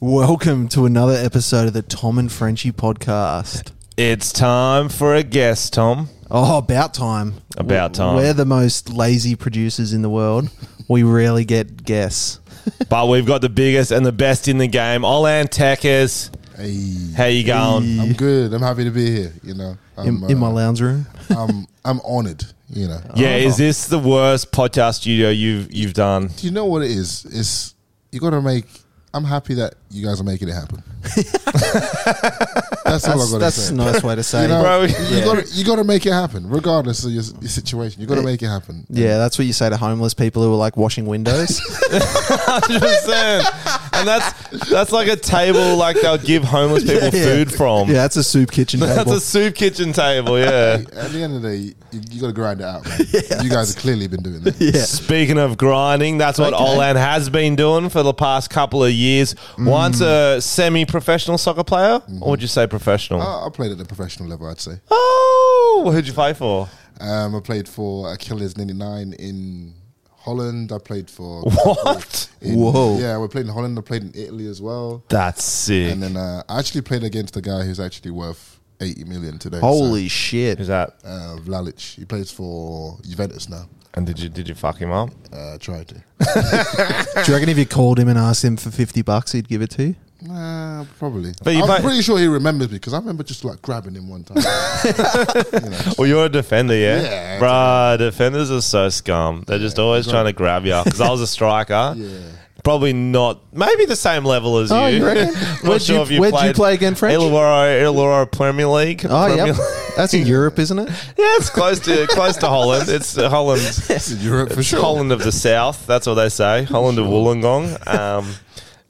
Welcome to another episode of the Tom and Frenchie podcast. It's time for a guest, Tom. Oh, about time. About time. We're the most lazy producers in the world. We rarely get guests. But we've got the biggest and the best in the game, Olan Tackers. How you going? I'm good. I'm happy to be here. You know, In, I'm, in my uh, lounge room. I'm I'm honored. You know, Yeah, is this the worst podcast studio you've you've done? do you know what it is? It's you got to make. I'm happy that you guys are making it happen. that's all That's, I got to that's say. a nice way to say you know, it. Bro, you got to you got to make it happen, regardless of your, your situation. You got to make it happen. Yeah, that's what you say to homeless people who are like washing windows. 100%. and that's that's like a table like they'll give homeless people Yeah. food from. yeah, that's a soup kitchen That's table. a soup kitchen table, yeah. At the end of the day, you, you got to grind it out, man. you guys have clearly been doing that. yeah. Speaking of grinding, that's what Okay. Olan has been doing for the past couple of years. Once a semi-professional soccer player, or would you say professional? I, I played at the professional level, I'd say. Oh, who'd you play for? Um, I played for Achilles 99 in Holland. I played for What? In, Whoa. Yeah, we played in Holland. I played in Italy as well. That's sick. And then uh, I actually played against a guy who's actually worth 80 million today. Holy shit. Who's that? So, uh, Vlalic. He plays for Juventus now. And did you did you fuck him up? Uh, tried to. Do you reckon if you called him and asked him for 50 bucks, he'd give it to you? Nah, probably. But you I'm play- pretty sure he remembers me because I remember just like grabbing him one time. You know, Well, you're a defender, yeah. Yeah. Bruh, defenders are so scum. They're just always trying to grab you. Because I was a striker. Yeah. Probably not. Maybe the same level as Oh, you reckon? not Where'd sure you- if you where'd you played play again, French? Illawarra, Illawarra Premier League. Oh, Premier yeah. That's in Europe, isn't it? Yeah, it's close to close to Holland. It's uh, Holland. it's in Europe for It's sure. Holland of the South. That's what they say. Holland of Wollongong. Um,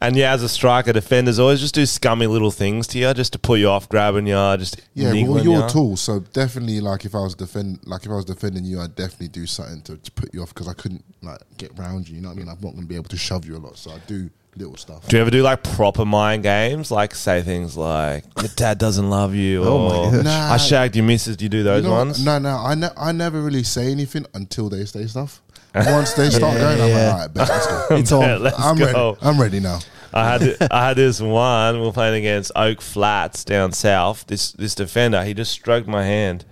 and yeah, as a striker, defenders always just do scummy little things to you, just to put you off, grabbing you, just Yeah, well, niggling you're you. tall, so definitely. Like, if I was defend, like if I was defending you, I'd definitely do something to, to put you off because I couldn't like get round you. You know what I mean? I'm not going to be able to shove you a lot, so I do little stuff. Do you ever do like proper mind games? Like say things like "Your dad doesn't love you," Oh or my gosh. "I shagged your missus." Do you do those You know, ones? No, no, I, ne- I never really say anything until they say stuff. Once they start going, I'm yeah. like, all right, bet, let's go. It's on. Yeah, let's I'm go. ready. I'm ready now. I had I had this one. We were playing against Oak Flats down south. This this defender, he just stroked my hand,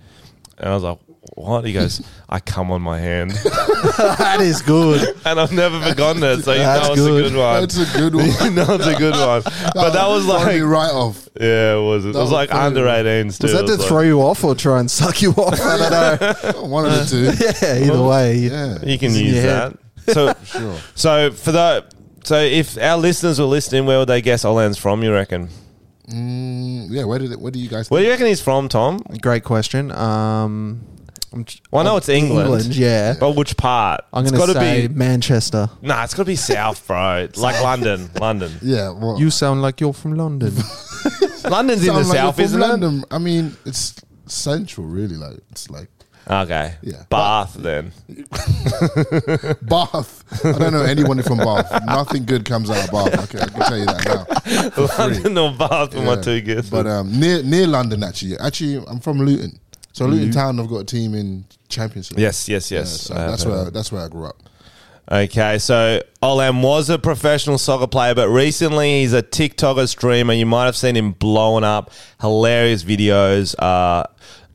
and I was like, "What?" He goes, "I come on my hand," that is good. and I've never forgotten it. So you That's know it's good. a good one. That's a good one. you know it's a good one. But that was like, Funny right off. yeah, it was. It was was like funny. under 18s too. Was that It to was like- throw you off or try and suck you off? I don't know. One of the two. Yeah, either way. Yeah. You can in use your head. that. So, Sure. so for the so if our listeners were listening, where would they guess Olan's from? You reckon? Mm, yeah. Where did it, Where do you guys? Where do you reckon he's from, Tom? Great question. Um, I'm tr- Well, I know it's England, England, yeah. but which part? I'm It's going to gotta say be Manchester. nah. It's got to be South, bro. It's like London, London. yeah. Well, You sound like you're from London. London's in Oh. sound the like you're South, from isn't London. I mean, it's central, really. Like it's like it? Okay. Yeah. Bath then. Bath. I don't know anyone from Bath. Nothing good comes out of Bath. Okay, I can tell you that now. For free. London or Bath for my Yeah. two guesses. But um, near near London, actually. Actually, I'm from Luton, so Luton Town. I've got a team in Championship. yes, yes, Yeah, yes. so I have that's heard where that's where I grew up. Okay, so Olam was a professional soccer player, but recently he's a TikToker streamer. You might have seen him blowing up hilarious videos. Uh,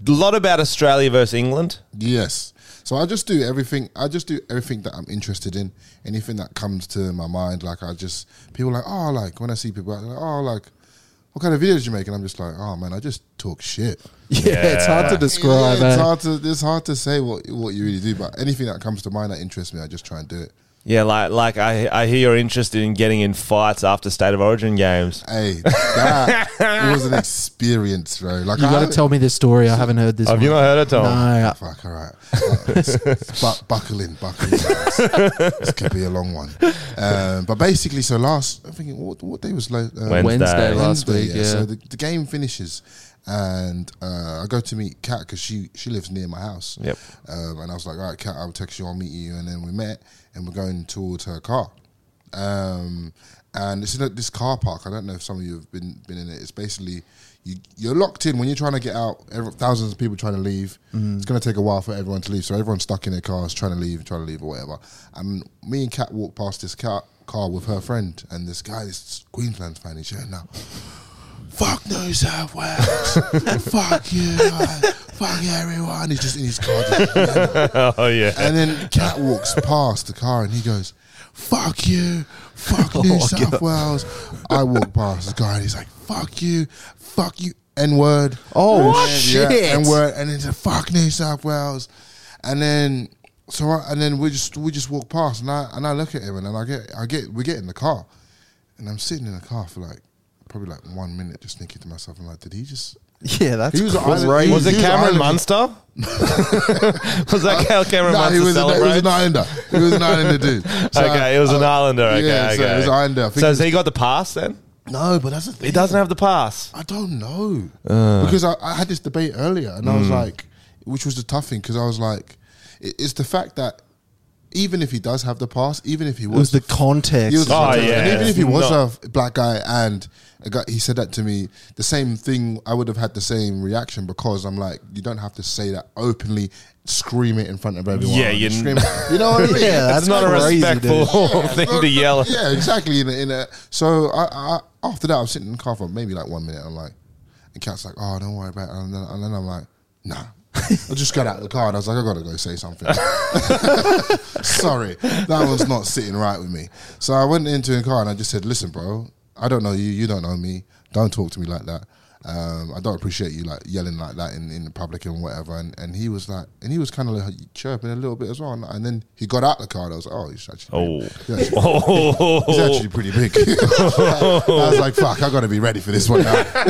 a lot about Australia versus England. Yes. So I just do everything. I just do everything that I'm interested in. Anything that comes to my mind, like I just people like oh like when I see people like oh like what kind of videos you make, and I'm just like oh man, I just talk shit. yeah, it's hard to describe. Yeah, eh? it's hard to it's hard to say what what you really do, but anything that comes to mind that interests me, I just try and do it. Yeah, like like I I hear you're interested in getting in fights after State of Origin games. Hey, that was an experience, bro. Like you I got to tell me this story. I haven't heard this. Have you one. not heard it, Tom? No. Fuck, all right. but buckle in, buckle in. guys. this could be a long one. Um, but basically, so last, I'm thinking, what, what day was like? Uh, Wednesday. Wednesday last Wednesday, week. Yeah. So the, the game finishes, and uh, I go to meet Kat because she, she lives near my house. Yep. Um, and I was like, all right, Kat, I'll text you, I'll meet you. And then we met, and we're going towards her car. Um, and it's in a, this car park. I don't know if some of you have been been in it. It's basically you you're locked in when you're trying to get out. Every, thousands of people trying to leave. Mm-hmm. It's going to take a while for everyone to leave. So everyone's stuck in their cars, trying to leave, trying to leave, or whatever. And me and Kat walked past this car car with her friend, and this guy is Queensland's fan. He's shouting out, "Fuck New South Wales! fuck you! guys. Fuck everyone!" He's just in his car, just yelling. Oh yeah. And then Cat walks past the car and he goes, Fuck you, fuck Oh, New South Wales. I walk past this guy and he's like, Fuck you, fuck you, N word. Oh, Yeah, shit. N word. And then he's like, Fuck New South Wales. And then. So I, and then we just we just walk past and I and I look at him and then I get I get we get in the car, and I'm sitting in the car for like probably like one minute just thinking to myself I'm like did he just Yeah, that's He was crazy. an island- he Was it He was Cameron Ireland. Munster? was that how Cameron Nah, Munster he was, an, he was celebrated? an islander he was an islander dude So okay, it was an I- Islander. Okay, yeah, okay. so it was Islander. I think So it has was- he got the pass then? No, but that's the thing. He Uh. doesn't have the pass. I don't know because I, I had this debate earlier, and I was Hmm. like, which was the tough thing because I was like, it, it's the fact that even if he does have the pass, even if he It was was, the context. he was the Oh, front runner, and yeah. even if he It's was not- a black guy and a guy, he said that to me, the same thing. I would have had the same reaction because I'm like, you don't have to say that openly, scream it in front of everyone. Yeah, you- scream, it. you know what I mean? yeah, that's That's not a crazy, dude. respectful thing but- to yell. Yeah, exactly. In a, in a, so I, I, after that, I'm sitting in the car for maybe like one minute. I'm like, and Cat's like, oh, don't worry about it. And then, and then I'm like, nah. I just got out of the car and I was like, I gotta go say something. Sorry, that one's not sitting right with me. So I went into the car and I just said, listen, bro, I don't know you, you don't know me. Don't talk to me like that. Um, I don't appreciate you like yelling like that in, in the public and whatever. And, and he was like, and he was kind of like chirping a little bit as well. And, and then he got out the car and I was like, oh, he's actually Oh. He's actually He's Oh. actually pretty big. I was like, fuck, I gotta be ready for this one now.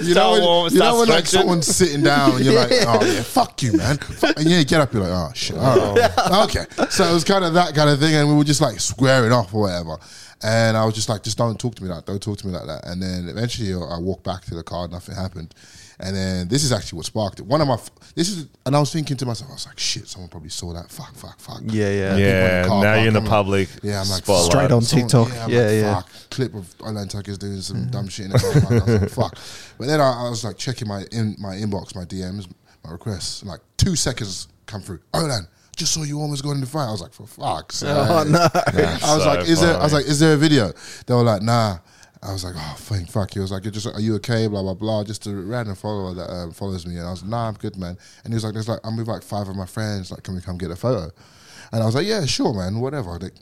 you know Start when, warm, start you know when like stretching. someone's sitting down and you're like, oh yeah, fuck you, man. Fuck. And yeah, you get up, you're like, oh shit. all right. Oh. Okay. So it was kind of that kind of thing, and we were just like squaring off or whatever. And I was just like, just don't talk to me like, don't talk to me like that. And then eventually uh, I walked back to the car, nothing happened. And then this is actually what sparked it. One of my, f- this is, and I was thinking to myself, I was like, shit, someone probably saw that. Fuck, fuck, fuck. Yeah, yeah. Yeah, Car now park, you're in the I'm like- public. Yeah, I'm like, spotlight. Straight on TikTok. Someone- Yeah, I'm like, yeah. Mm. Fuck. Clip of Alan Tucker's doing some dumb shit. In the car. I was like, fuck. But then I, I was like checking my in my inbox, my DMs, my requests. Like two seconds come through. Olan, just saw you almost got in the fight. I was like, for fuck's sake. Oh, no. I was so like, is there? I was funny. like, is there a video? They were like, nah. I was like, oh, thank fuck. He was like, you're just, are you okay? Blah blah blah. Just a random follower that um, follows me, and I was, nah, I'm good, man. And he was like, there's like, I'm with like five of my friends. Like, can we come get a photo? And I was like, yeah, sure, man, whatever. Like,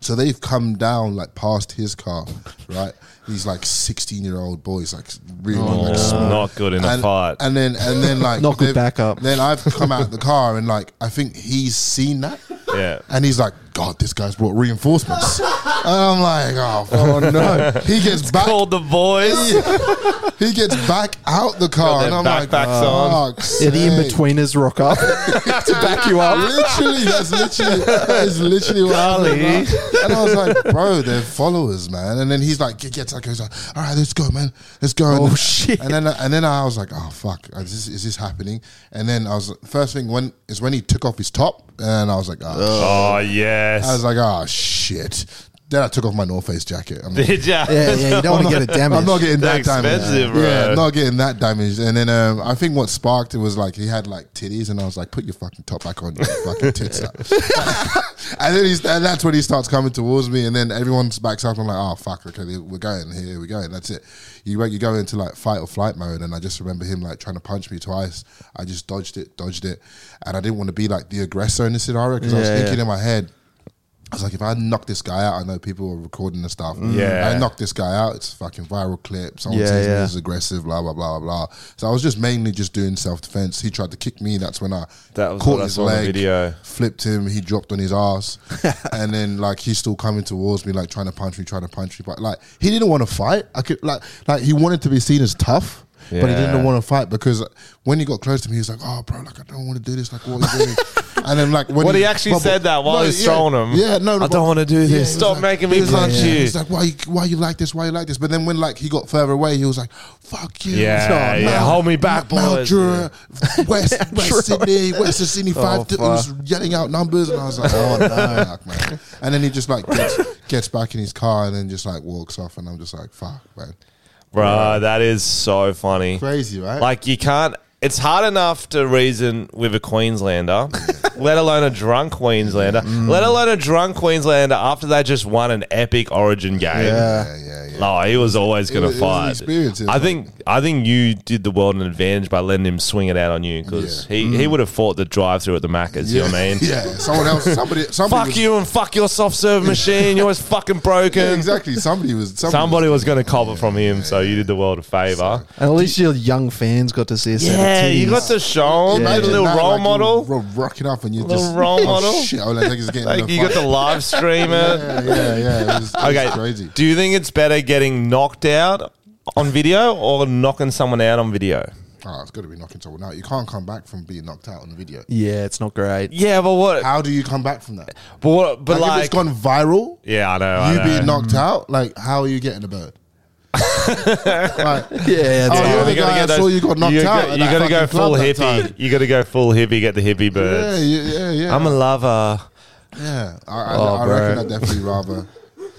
so they've come down like past his car, right? These like sixteen-year-old boys, like really like It's small not good in a and, fight. and then and then like Not good they've- backup. Then I've come out the car and like I think he's seen that. Yeah. And he's like, God, this guy's brought reinforcements. and I'm like, oh, oh no. He gets back Called the boys. he gets back out the Got car their and I'm like, backpacks on. "Fuck's Yeah, the in sake." betweeners rock up to back you up. Literally, that's literally that is literally what happened. man. And I was like, bro, they're followers, man. And then he's like, he gets like, he's like, all right, let's go, man, let's go. Oh, and then, shit. And then and then I was like, oh fuck, is this, is this happening? And then I was first thing when is when he took off his top, and I was like, oh, Oh yes. I was like, oh shit. Then I took off my North Face jacket. I'm like, Did ya? Yeah, yeah. You don't want to get it damaged. I'm not getting They're that expensive, damaged. bro. Yeah, I'm not getting that damaged. And then um, I think what sparked it was like he had like titties, and I was like, "Put your fucking top back on, your fucking tits up." and then he's, and that's when he starts coming towards me, and then everyone backs up. I'm like, "Oh fuck, okay, we're going here, we're going." That's it. You you go into like fight or flight mode, and I just remember him like trying to punch me twice. I just dodged it, dodged it, and I didn't want to be like the aggressor in this scenario because I was Yeah, thinking yeah. in my head. I was like, if I knock this guy out, I know people are recording and stuff. Mm. Yeah. I knock this guy out. It's fucking viral clip. Someone Yeah, says yeah. he's aggressive. Blah blah blah blah. blah. So I was just mainly just doing self defense. He tried to kick me. That's when I That was caught what I his saw in the leg, video. flipped him. He dropped on his ass, and then like he's still coming towards me, like trying to punch me, trying to punch me. But like he didn't want to fight. I could like like he wanted to be seen as tough. But he Yeah. didn't want to fight because when he got close to me, he was like, "Oh, bro, like I don't want to do this. Like, what are you doing?" and then, like, when What he actually but- said that while no, he's yeah, throwing him. Yeah, no, I don't want to do yeah, this. he was Stop like- making he me was punch like- you. He's like, why you why you like this? Why you like this? But then when like he got further away, he was like, fuck you. Yeah, Mount- yeah, hold me back, Mount boys. Druitt, West West Sydney, West of Sydney five. Oh, th- he was yelling out numbers, and I was like, oh no, fuck, man. And then he just like gets, gets back in his car and then just like walks off, and I'm just like, fuck, man, Bruh, that is so funny. crazy, right? Like you can't it's hard enough to reason with a Queenslander, let alone a drunk Queenslander, Mm. let alone a drunk Queenslander after they just won an epic Origin game. Yeah, yeah, yeah. Oh, he was always going It to was- it was an fight. experience, it I was think I think you did the world an advantage by letting him swing it out on you because he, he would have fought the drive through at the Macca's. You know what I mean? Mm. Yeah, someone else, somebody, somebody Fuck was, you and fuck your soft serve machine. You're always fucking broken. Yeah, exactly. Somebody was. Somebody, Somebody was going to cop it from him, so you did the world a favor. And at least your young fans got to see us. yeah, you got to show him, Imagine made a little that, role like, you model. ro- rocking up and you Little just role oh, model. Shit, oh, like, he's getting Like in a you got fight. the live stream it. yeah, yeah, yeah. It was, it was Okay, crazy. do you think it's better getting knocked out on video or knocking someone out on video? Oh, it's got to be knocking someone out. You can't come back from being knocked out on the video. Yeah, it's not great. Yeah, but what? How do you come back from that? But what? But Like, if like, it's gone viral, yeah, I know. you I know. being knocked out, like how are you getting a bird? like, Yeah, it's Oh, hard. you're the gotta guy get I saw you got knocked you out go- at you that gotta go fucking full club that hippie. time. You got to go full hippie. Get the hippie yeah, birds. yeah, yeah. I'm uh, a lover. yeah, I, I, Oh, I bro. reckon I'd definitely rather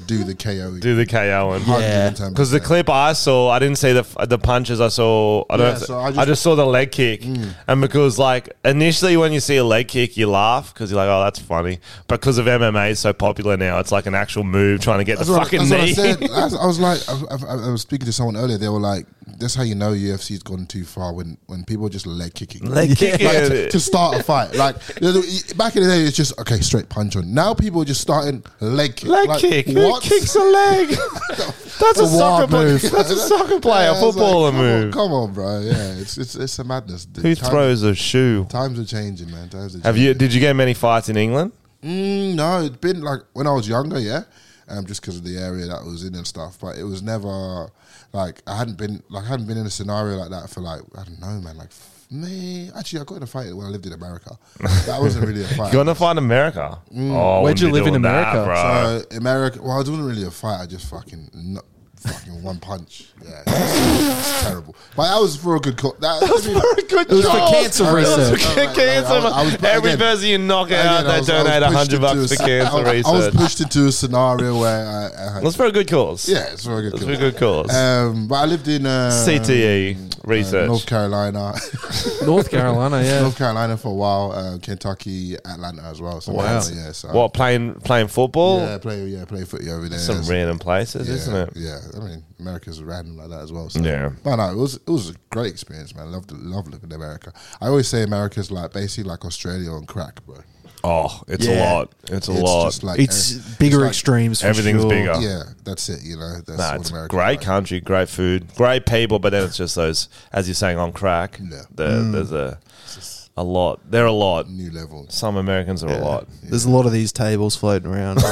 do the KO. Do the KO and Yeah. Because the clip I saw, I didn't see the the punches. I saw, I don't. Yeah, know if- so I, I just, just- Mm. saw the leg kick, and because like initially when you see a leg kick, you laugh because you're like, oh, that's funny. But because of MMA is so popular now, it's like an actual move trying to get That's the what, fucking that's what I knee. said. That's- I was like, I, I, I was speaking to someone earlier. They were like, "That's how you know UFC's gone too far when when people are just leg kicking, Leg Like, kicking. to, to start a fight. Like you know, back in the day, it's just okay, straight punch on. Now people are just starting leg kick, Leg Like, kick. What? Who kicks a leg? That's a It's a soccer wild move. move. That's a soccer player, Yeah, I was like, footballer come on- move. come on, bro. Yeah, it's it's, it's a madness. dude. Who Time- throws a shoe? Times are changing, man. Times are Have you? Did you get many fights in England? Mm, no, it's been like when I was younger, yeah, um, just because of the area that I was in and stuff. But it was never like I hadn't been like I hadn't been in a scenario like that for like I don't know, man. Like f- me, actually, I got in a fight when I lived in America. That wasn't really a fight. Going to fight in America. Oh, I Where'd wouldn't you be live in doing that, America? bro. Mm. so America, well, it wasn't really a fight. I just fucking kno- fucking one punch. Yeah, it was terrible. But that was for a good. Co- that, was for a good was for job. cancer It was research. for Right, right, cancer. right. I was- I was- Every again- person you knock out, Again, I was- they I was donate a pushed hundred into bucks a to s- cancer I was- research. I was pushed into a scenario where I, I had, That's for a good cause. yeah, it's for a good. That's for cause. a good cause. Um, but I lived in uh, CTE uh, research. North Carolina, North Carolina, yeah. North Carolina for a while, uh, Kentucky, Atlanta as well. So Wow. yeah, so what playing playing football? Yeah, play yeah play footy over there. Some That's- random places, yeah, isn't it? Yeah, I mean America's random like that as well. So. Yeah. but no, it was it was a great experience, man. Loved loved living in America. I always say America's like basically like Australia on crack, bro. Oh, it's Yeah. a lot. It's a It's lot. just like It's eh, bigger like- extremes. For Everything's sure. bigger. yeah, that's it. You know, that's Nah, what it's a America's great like. country, great food, great people, but then it's just those, as you're saying, on crack. Yeah. There, There's a, a lot. They're a lot. new level. Some Americans are a lot. There's a lot of these tables floating around. a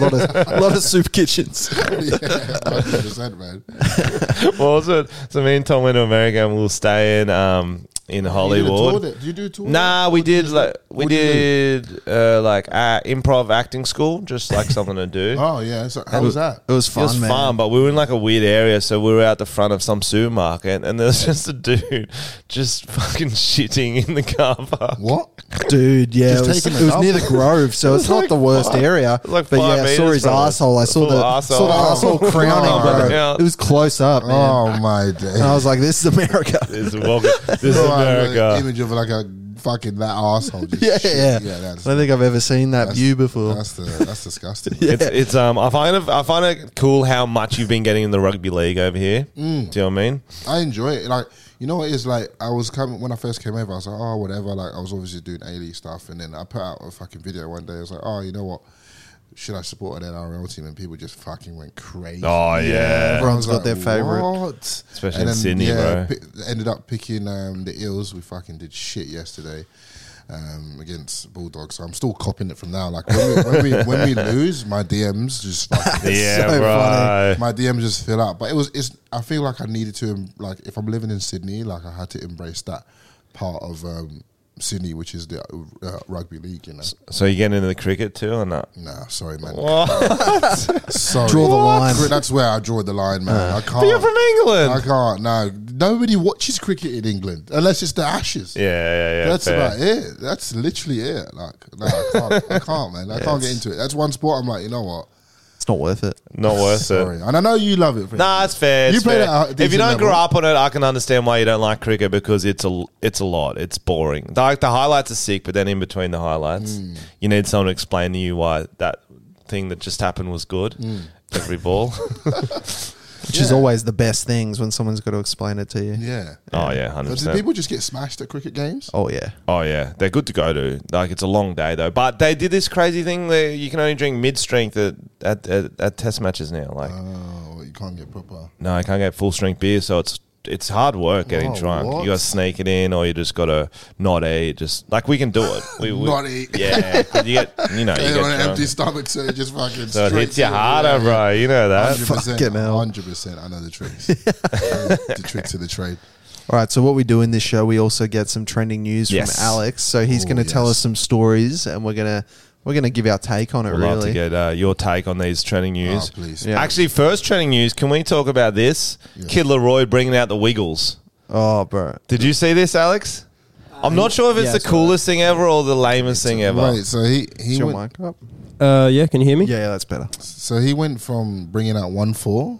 lot of, a lot of soup kitchens. yeah, 100%, man. well, also, so me and Tom went to America and we'll stay in um in You did a tour Hollywood. there? Did you do a tour? Nah, we did like we what do you did uh, like uh, improv acting school, just like something to do. Oh yeah. So how was that? It was It fun, was man. fun, but we were in like a weird area, so we were out the front of some supermarket, and there was just a dude just fucking shitting in the car park. What? Dude, yeah, Just it was, taking it it was up. near the Grove, so it's not like the worst five- area. it's like but five yeah, I saw meters his from it. asshole. I saw Full the arsehole. saw the asshole crowning, Oh, bro. yeah. It was close up, man. Oh my day. And I was like, "This is America." This is, welcome. This is Bro, I had an America. image of like a fucking that asshole. Just yeah, shit. yeah. yeah. That's, I don't think I've ever seen that view before. that's the that's disgusting. It's, it's um. I find it, I find it cool how much you've been getting in the rugby league over here. Mm. Do you know what I mean? I enjoy it. Like you know what it is like I was coming when I first came over. I was like, oh whatever. Like I was obviously doing A League stuff, and then I put out a fucking video one day. I was like, oh you know what. Should I support an NRL team? And people just fucking went crazy. Oh yeah. Everyone's Everyone's got their favourite. Especially in Sydney, bro. ended up picking um, the Eels. We fucking did shit yesterday um, against Bulldogs. So I'm still copping it from now. Like when we, when we, when we lose, my DMs just like, Yeah, so bro. my DMs just fill up. But it was it's. I feel like I needed to em- like if I'm living in Sydney, like I had to embrace that part of um, Sydney, which is the uh, rugby league. You know, So you getting into the cricket too or not? nah, sorry, man. What? Sorry. Draw the line. That's where I draw the line, man. I can't. But you're from England. I can't. No, nobody watches cricket in England unless it's the Ashes. yeah, yeah, yeah. That's fair. about it. That's literally it. Like, no, I can't. I can't, man. I can't get into it. That's one sport. I'm like, you know what? It's not worth it. Not worth it. Sorry, and I know you love it. Fred. Nah, it's fair. You it's played fair. at uh, if a you decent don't grow level. up on it, I can understand why you don't like cricket because it's a it's a lot. It's boring. Like the highlights are sick, but then in between the highlights, Mm. you need someone to explain to you why that thing that just happened was good. Mm. Every ball. Which is always the best things when someone's got to explain it to you. Yeah. oh yeah, hundred But do percent. people just get smashed at cricket games? Oh yeah. Oh yeah, they're good to go to. Like it's a long day though, but they did this crazy thing where you can only drink mid strength at, at, at at test matches now. Like Oh, you can't get proper. No, I can't get full strength beer, so it's it's hard work getting Oh, drunk. what? You got to sneak it in, or you just got to not eat. Just like we can do it. We, we, Not eat. Yeah, 'cause you get you know you Yeah, on an get empty drunk. stomach, so it just fucking. So it straight hits you to the- harder, bro. You know that. 100%, Fucking hell. 100%. I know the tricks. I know the tricks of the trade. All right. So what we do in this show, we also get some trending news Yes. from Alex. So he's Oh, going to tell yes. us some stories, and we're gonna we're gonna give our take on it. I'd love to really. get uh, your take on these trending news. Oh, please. Yeah. Actually, first trending news. Can we talk about this? Kid Leroy bringing out the Wiggles. Oh, bro. Did you see this, Alex? I'm not sure if it's yeah, the I saw that. coolest thing ever or the lamest thing ever. Right, so he Is he your went, mic up? Uh, yeah, can you hear me? Yeah, yeah, that's better. so he went from bringing out one four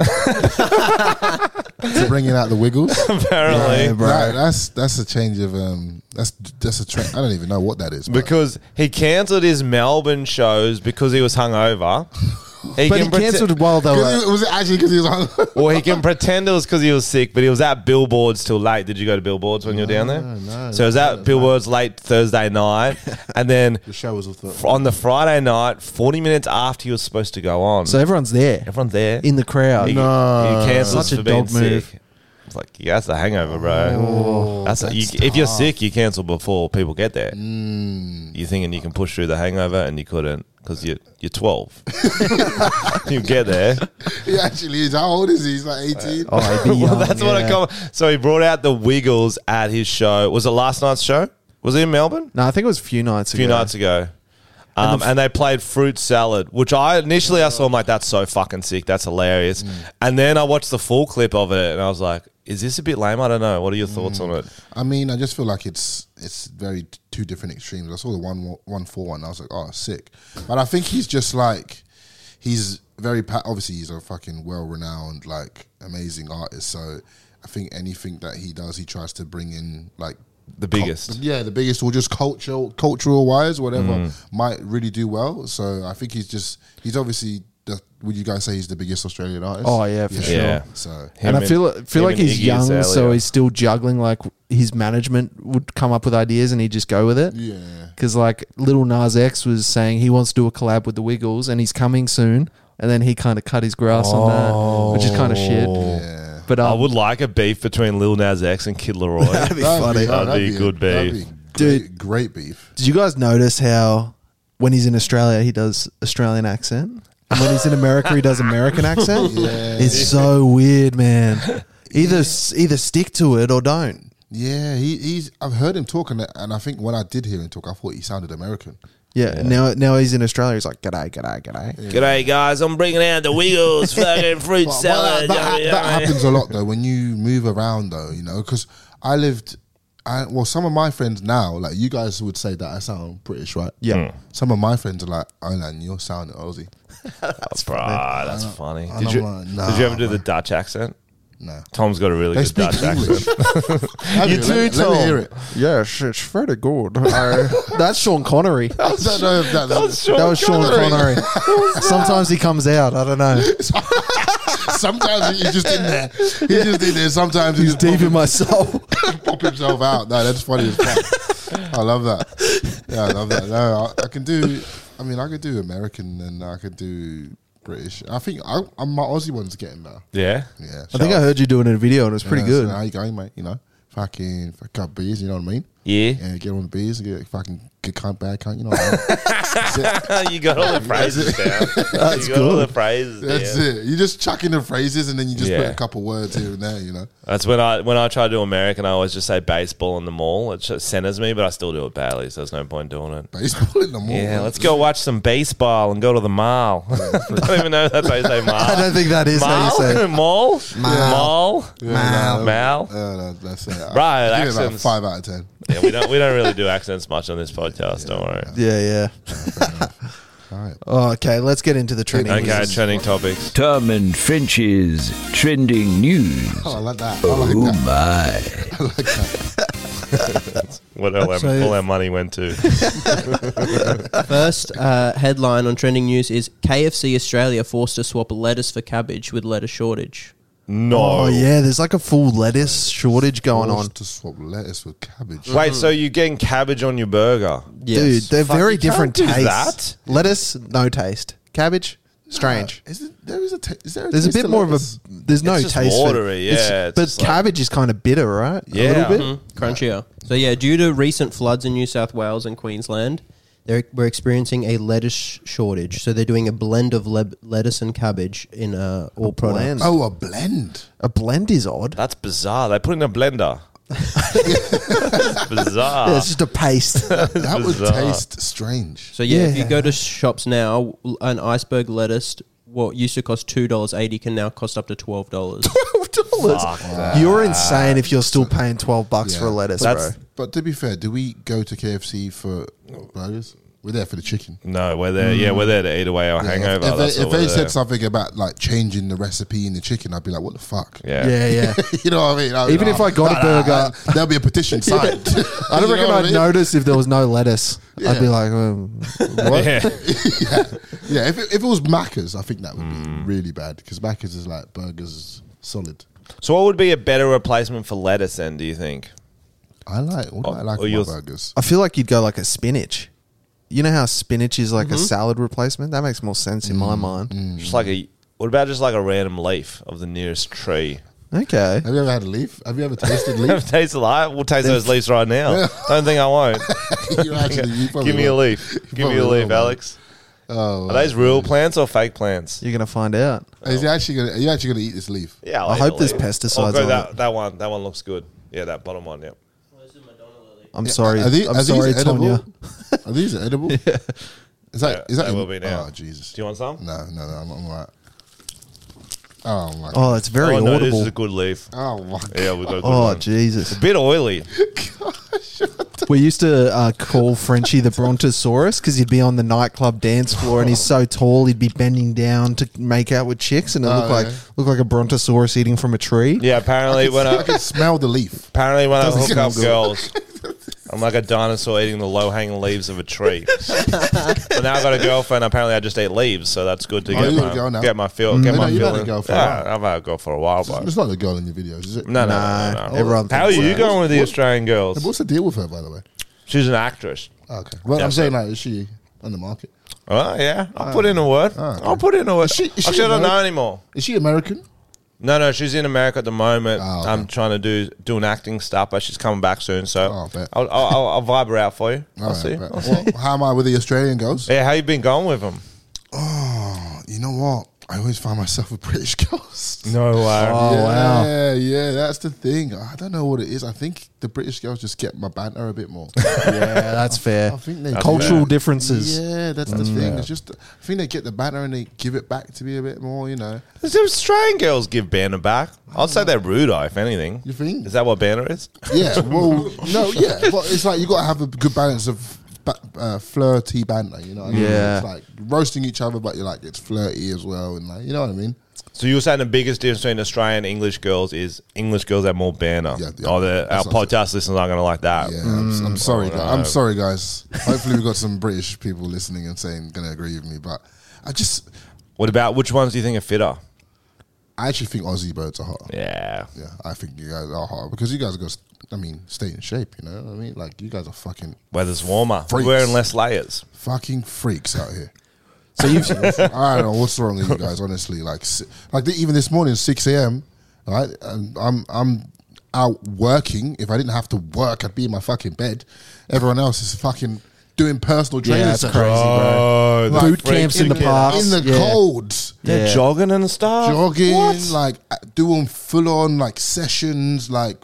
to bringing out the Wiggles. Apparently, Yeah, bro. That- that's that's a change of um. That's that's a trend. I don't even know what that is. but- Because he cancelled his Melbourne shows because he was hungover. He But can he prete- cancelled while uh, they Cause were. he- was it actually because he was on? Or he can pretend it was because he was sick, but he was at Billboards till late. Did you go to Billboards when you were down there? no, so he was at Billboards late Thursday night, and then the show was with the, on the Friday night, forty minutes after he was supposed to go on, So everyone's there everyone's there in the crowd. He, he cancels Such a for being dog move. Oh, sick. It's like yeah, that's a hangover, bro. that's, a, you, if you're sick, you cancel before people get there. Mm. You're thinking you can push through the hangover, and you couldn't because you you're 12. you get there. He actually is. How old is he? He's like eighteen. Oh, he'd be well, young, that's what I yeah. come. So he brought out the Wiggles at his show. Was it last night's show? Was it in Melbourne? No, I think it was a few nights A ago. few nights ago. Um, and they played fruit salad, which I initially I saw. I'm like, that's so fucking sick. That's hilarious. Mm. And then I watched the full clip of it, and I was like, is this a bit lame? I don't know. What are your thoughts Mm. on it? I mean, I just feel like it's it's very t- two different extremes. I saw the one one four one. I was like, oh, sick. But I think he's just like he's very pa- obviously he's a fucking well renowned like amazing artist. So I think anything that he does, he tries to bring in like The biggest. yeah, the biggest or just cultural cultural wise, whatever Mm. might really do well. So I think he's just he's obviously. The, would you guys say he's the biggest Australian artist? Oh, yeah, for sure. Yeah. So and I Him feel feel him like and he's Iggy young, so Azalea. he's still juggling. Like his management would come up with ideas, and he'd just go with it. yeah, Because like little Nas X was saying, he wants to do a collab with the Wiggles, and he's coming soon. And then he kind of cut his grass on that, which is kind of shit. yeah. But I um, would like a beef between Lil Nas X and Kid Leroy. That'd That'd be a- good that'd beef. be Dude. great, great beef. did you guys notice how when he's in Australia, he does Australian accent, and when he's in America, he does American accent? It's so weird, man. Either s either stick to it or don't. Yeah, he, he's. I've heard him talk, and, and I think when I did hear him talk, I thought he sounded American. Yeah, Now, now he's in Australia. He's like, "G'day, g'day, g'day." G'day guys, I'm bringing out the Wiggles, fucking fruit But- but that, that- that happens a lot though when you move around, though. You know, because I lived. I, well, some of my friends now, like you guys, would say that I sound British, right? Yeah. Some of my friends are like, "Oh, man, you're sounding Aussie." That's, funny. that's funny. I Did don't you, want- nah, did you ever do the man. Dutch accent? No, Tom's got a really they good speak Dutch English. accent. Have You Let do, me- Let me Tom. hear it. Yeah, sh- it's very good. Uh, that's Sean Connery. I don't know if that, that was Sean Connery. Sometimes he comes out. I don't know. Sometimes he's just in there. He's just in there. Sometimes he's He's deep in my soul. pop himself out. No, that's funny as fuck. I love that. Yeah, I love that. No, I, I can do. I mean, I could do American and I could do British. I think I, I, my Aussie one's getting better. Yeah. Yeah, I think I heard you doing a video and it was pretty Yeah, so good. how you going, mate? You know, fucking fuck up beers. You know what I mean? Yeah. Yeah, get on the beers. Get fucking good cunt, bad cunt. You know what I mean? you got all the phrases down. That's you got all the phrases That's down. it. You just chuck in the phrases and then you just put Yeah. a couple words here and there. You know. That's when I when I try to do American, I always just say baseball in the mall. It just centers me, but I still do it badly, so there's no point doing it. Baseball in the morning. Yeah, let's go watch some baseball and go to the mall. I don't even know if that's how you say mall. I don't think that is how you say it. Mall? Mall? Mall? Mal. Mal? Yeah, no, that's it. Right, I'll give it about accents. five out of ten. Yeah, we don't we don't really do accents much on this podcast. Don't worry. Yeah, yeah. Right. Oh, okay, let's get into the trending. Okay. Okay, news. trending topics. Tom and Finch's trending news. Oh, I like that. I like Oh that. my. I like that. What all our, So- all our money went to. First uh, headline on trending news is KFC Australia forced to swap lettuce for cabbage with lettuce shortage. No. Oh yeah, there's like a full lettuce shortage going on, Forced to swap lettuce with cabbage. Wait, so you're getting cabbage on your burger? dude. They're Fuck, very you can't different do tastes. that. Uh, Lettuce, no taste. Cabbage, strange. Is it, there is a ta- is there a There's a taste bit of more of a. lettuce? There's no just taste. for- watery, it's- yeah, it's but just like- cabbage is kind of bitter, right? Yeah. A little bit. Mhm. crunchier. So yeah, due to recent floods in New South Wales and Queensland, they're, we're experiencing a lettuce shortage. So they're doing a blend of leb- lettuce and cabbage in uh, all blend. products. Oh, a blend. A blend is odd. That's bizarre. They put it in a blender. That's bizarre. yeah, it's just a paste. That would Bizarre. taste strange. So yeah, if you Yeah. go to shops now, l- an iceberg lettuce, what used to cost two dollars eighty, can now cost up to twelve dollars. Twelve dollars. You're insane if you're still paying twelve bucks for a Yeah. lettuce, That's- bro. But to be fair, do we go to KFC for burgers? We're there for the chicken. no, we're there. Yeah, we're there to eat away our hangover. If, That's they, if what we're they there. said something about like changing the recipe in the chicken, I'd be like, "What the fuck?" yeah. Yeah, yeah. you know what I mean. I'd be Even like, if I got a burger- there'll be a petition signed. I don't You reckon what I'd mean? notice if there was no lettuce. I'd be Yeah. like, um, what? Yeah. Yeah, if it, if it was Macca's, I think that would Hmm. be really bad because Macca's is like burgers solid. So, what would be a better replacement for lettuce then, do you think? I like what do I Or- like or about Oh, yours- burgers. I feel like you'd go like a spinach. You know how spinach is like a Mm-hmm. salad replacement? That makes more sense in my mind. Just like a. What about just like a random leaf of the nearest tree? Okay. Have you ever had a leaf? Have you ever tasted leaf? taste a lot. We'll taste those leaves right now. Don't think I won't. You actually- you probably Give me a will. leaf. You Give me probably a leaf, will. Alex. Oh, Are those real plants or fake plants? You're going to find out. is he actually gonna? Are you actually gonna eat this leaf? Yeah, I'll I eat hope a there's leaf. pesticides I'll go on that, it. that one. That one looks good. Yeah, that bottom one. Yep. I'm sorry. Are the- I'm are these sorry, edible? Tonya. Are these edible? Is that Yeah, is that they will be now. Oh Jesus! Do you want some? No, no, no. I'm, I'm all right. Oh my! Oh, it's very oh, no, this audible. is a good leaf. Oh my! God. Yeah, we got a good oh, one. Jesus. Bit oily. we used to uh, call Frenchie the Brontosaurus because he'd be on the nightclub dance floor and he's so tall he'd be bending down to make out with chicks and it looked Oh, like yeah. look like a Brontosaurus eating from a tree. Yeah, apparently when I, I can smell the leaf. apparently when I Doesn't hook sound up good. girls, I'm like a dinosaur eating the low hanging leaves of a tree. but now I've got a girlfriend. Apparently, I just eat leaves, so that's good to Oh, get you got my a girl now? get my feel. Mm. Get No, my no, you've had a feeling. girl for a yeah, while. I've had a girl for a while, but It's not a girl in your videos, is it? no, no, Nah, no, no, no. everyone How are thinks you that. going with the Australian girls? What's the deal with her, by the way? She's an actress. Okay. Well, Yeah, I'm so- saying like, is she on the market? Oh yeah, I'll put in a word. Oh, okay. I'll put in a word. Is she- is she Actually, I don't know married? anymore. Is she American? No, no, she's in America at the moment. Oh, okay. I'm trying to do doing acting stuff, but she's coming back soon. So Oh, I bet. I'll, I'll, I'll, I'll vibe her out for you. I'll All see. right, right. Well, how am I with the Australian girls? Yeah, how you been going with them? Oh, you know what? I always find myself with British girls. No way. Oh, yeah, wow. Yeah, that's the thing. I don't know what it is. I think the British girls just get my banter a bit more. Yeah, that's fair. I think they Cultural fair. differences. Mm. Yeah, that's the thing. It's just I think they get the banter and they give it back to me a bit more. You know, Does the Australian girls give banner back? I'd say they're ruder, if anything. You think? Is that what banner is? yeah. Well, no, yeah, but it's like you got to have a good balance of. ba- Uh, flirty banter, you know. What I mean? Yeah. it's like roasting each other, but you're like it's flirty as well, and like you know what I mean. So you're saying the biggest difference between Australian and English girls is English girls have more banner. Yeah, yeah. oh, the- our That's what podcast listeners aren't going to like that. Yeah, I'm, I'm sorry, Oh, guys. I'm no. sorry, guys. Hopefully, we got some British people listening and saying gonna agree with me, but I just, What about which ones do you think are fitter? I actually think Aussie birds are hot. Yeah. Yeah, I think you guys are hot because you guys got. I mean, stay in shape. You know what I mean? Like you guys are fucking Weather's warmer. Freaks. We're wearing less layers. fucking freaks out here. So you, I don't know what's wrong with you guys. Honestly, like, si- like the, even this morning, six a.m. Right, and I'm I'm out working. If I didn't have to work, I'd be in my fucking bed. Everyone else is fucking doing personal training. that's sessions. crazy, bro. Oh, Like, Boot camps in the freaking- park. in the yeah. Uh, cold. They're Yeah. jogging and stuff. jogging, What? like doing full on like sessions, like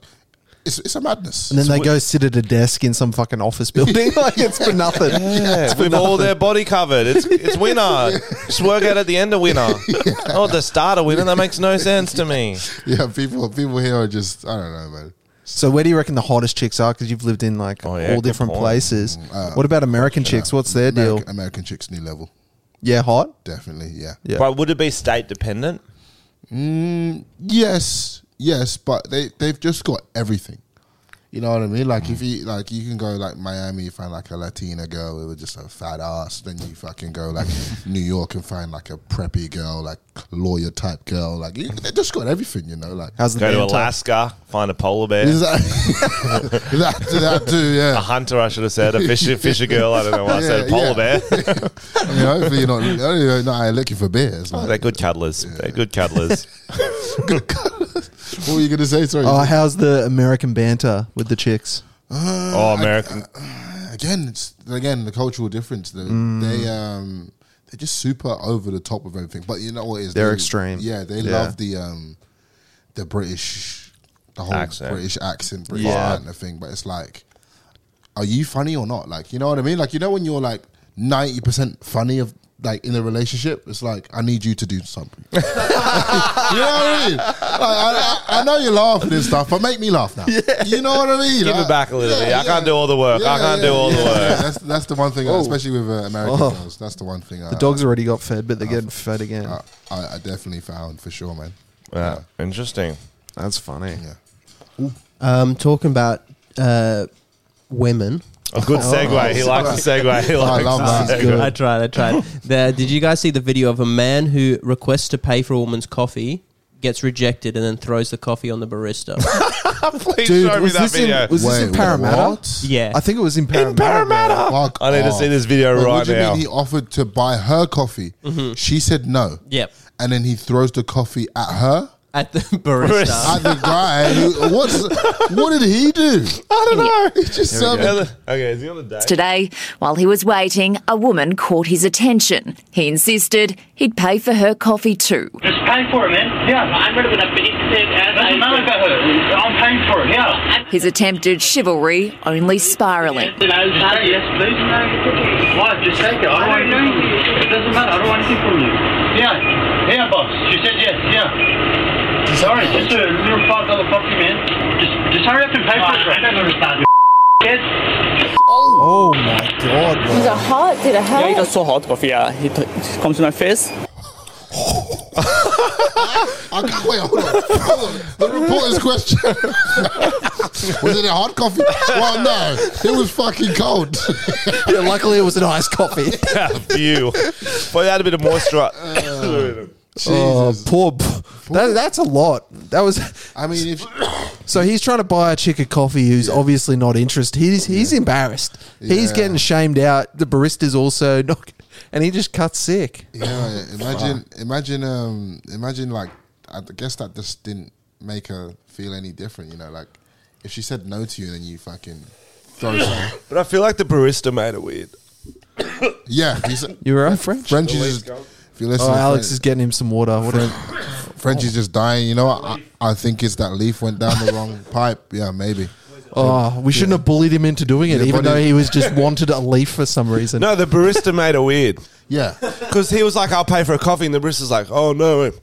it's it's a madness. And then they go sit at a desk in some fucking office building. like it's for nothing. Yeah, with all their body covered. It's it's winner. Just work out at the end of winter. Not the start of winter. That makes no sense to me. yeah, people people here are just I don't know, man. So where do you reckon the hottest chicks are? Because you've lived in like Oh, yeah, all good different point. Mm, uh, places. what about American chicks? What's their American, deal? American chicks new level. Yeah, hot. Definitely, yeah. Yeah. But would it be state dependent? Mm, yes, yes, but they they've just got everything. You know what I mean? Like if you like, you can go like Miami, you find like a Latina girl with just a fat ass. Then you fucking go like New York and find like a preppy girl, like lawyer type girl. Like you, they just got everything. You know, like How's the Go to name tag? Alaska, find a polar bear. is that that, that too? a Yeah. hunter, I should have said. A fisher, fisher girl. I don't know why I said Yeah, polar yeah. bear. I mean, hopefully you're not. Hopefully you're not out looking for beers. Oh, Like, they're good cuddlers. They're good cuddlers. what were you gonna say? Sorry. Oh, how's the American banter with the chicks? oh, American. again, it's again the cultural difference. They, Mm. they um they're just super over the top of everything. But you know what it is They're They- extreme. Yeah, they Yeah. love the um the British the whole Accent. British accent, British Yeah. partner thing. But it's like, are you funny or not? Like you know what I mean? Like you know when you're like ninety percent funny of. Like in a relationship, it's like I need you to do something. you know what I mean? Like, I, I, I know you're laughing and stuff, but make me laugh now. You know what I mean? Give Like, it back a little yeah, bit. I yeah. can't do all the work. I Yeah, can't yeah, do all yeah, the work. yeah. That's that's the one thing, uh, Oh. especially with uh, American Oh. girls. That's the one thing. Uh, The dogs already got fed, but they're getting fed again. I, I, I definitely found for sure, man. Yeah, interesting. That's funny. Yeah, Um, talking about uh, women. A good segue. He likes the segue. He Oh, I likes love the that. segue. I tried. I tried. there, did you guys see the video of a man who requests to pay for a woman's coffee, gets rejected, and then throws the coffee on the barista? Please Dude, show me was that this video. in was this in Wait, Parramatta? what? yeah, I think it was in Parramatta. Parramatta. Fuck I need to off. see this video Oh. Wait, right what do you now. mean he offered to buy her coffee? Mm-hmm. She said no. Yep. And then he throws the coffee at her. at the barista. At the guy, who, what's what did he do? I don't know. He just served. it. Okay, is he on the day? Today, while he was waiting, a woman caught his attention. He insisted he'd pay for her coffee too. Just pay for it, man. Yeah. I'm better than a basic as Doesn't matter about her. I'm paying for it, yeah. His attempted chivalry only spiralling. Then I was like, yes, please. Why? Just take it. I don't, want anything. It doesn't matter. I don't want anything from you. Yeah. Yeah, boss. She said yes. Yeah. Sorry, just a little five dollar coffee, man. Just, just hurry up and pay for it. Ah, I don't understand. Oh my god! bro. hot? Did it hurt? Yeah, it was so hot coffee. Yeah, it comes to my face. I can't, wait, hold on. Hold on. The reporter's question was it a hot coffee? Well, no, it was fucking cold. Yeah, luckily it was an iced coffee. View. But add a bit of moisturizer. oh, poor. That, that's a lot. That was. I mean, if So he's trying to buy a chick a coffee who's obviously not interested. He's he's embarrassed. He's Yeah. getting shamed out. The barista's also not, and he just cuts sick. Yeah, imagine, imagine, um, imagine like I guess that just didn't make her feel any different. You know, like if she said no to you, then you fucking throw something. but I feel like the barista made it weird. Yeah, he's, You're right, French. Frenchie's just. If you listen, Oh, to Alex French- is getting him some water. What a- Frenchie's just dying. You know, what? I, I think it's that leaf went down the wrong pipe. Yeah, maybe. oh, we shouldn't have bullied him into doing it, Yeah, even but though he- he was just wanted a leaf for some reason. No, the barista made it weird. Yeah, Because he was like, I'll pay for a coffee. And the barista's like, oh, no. wait.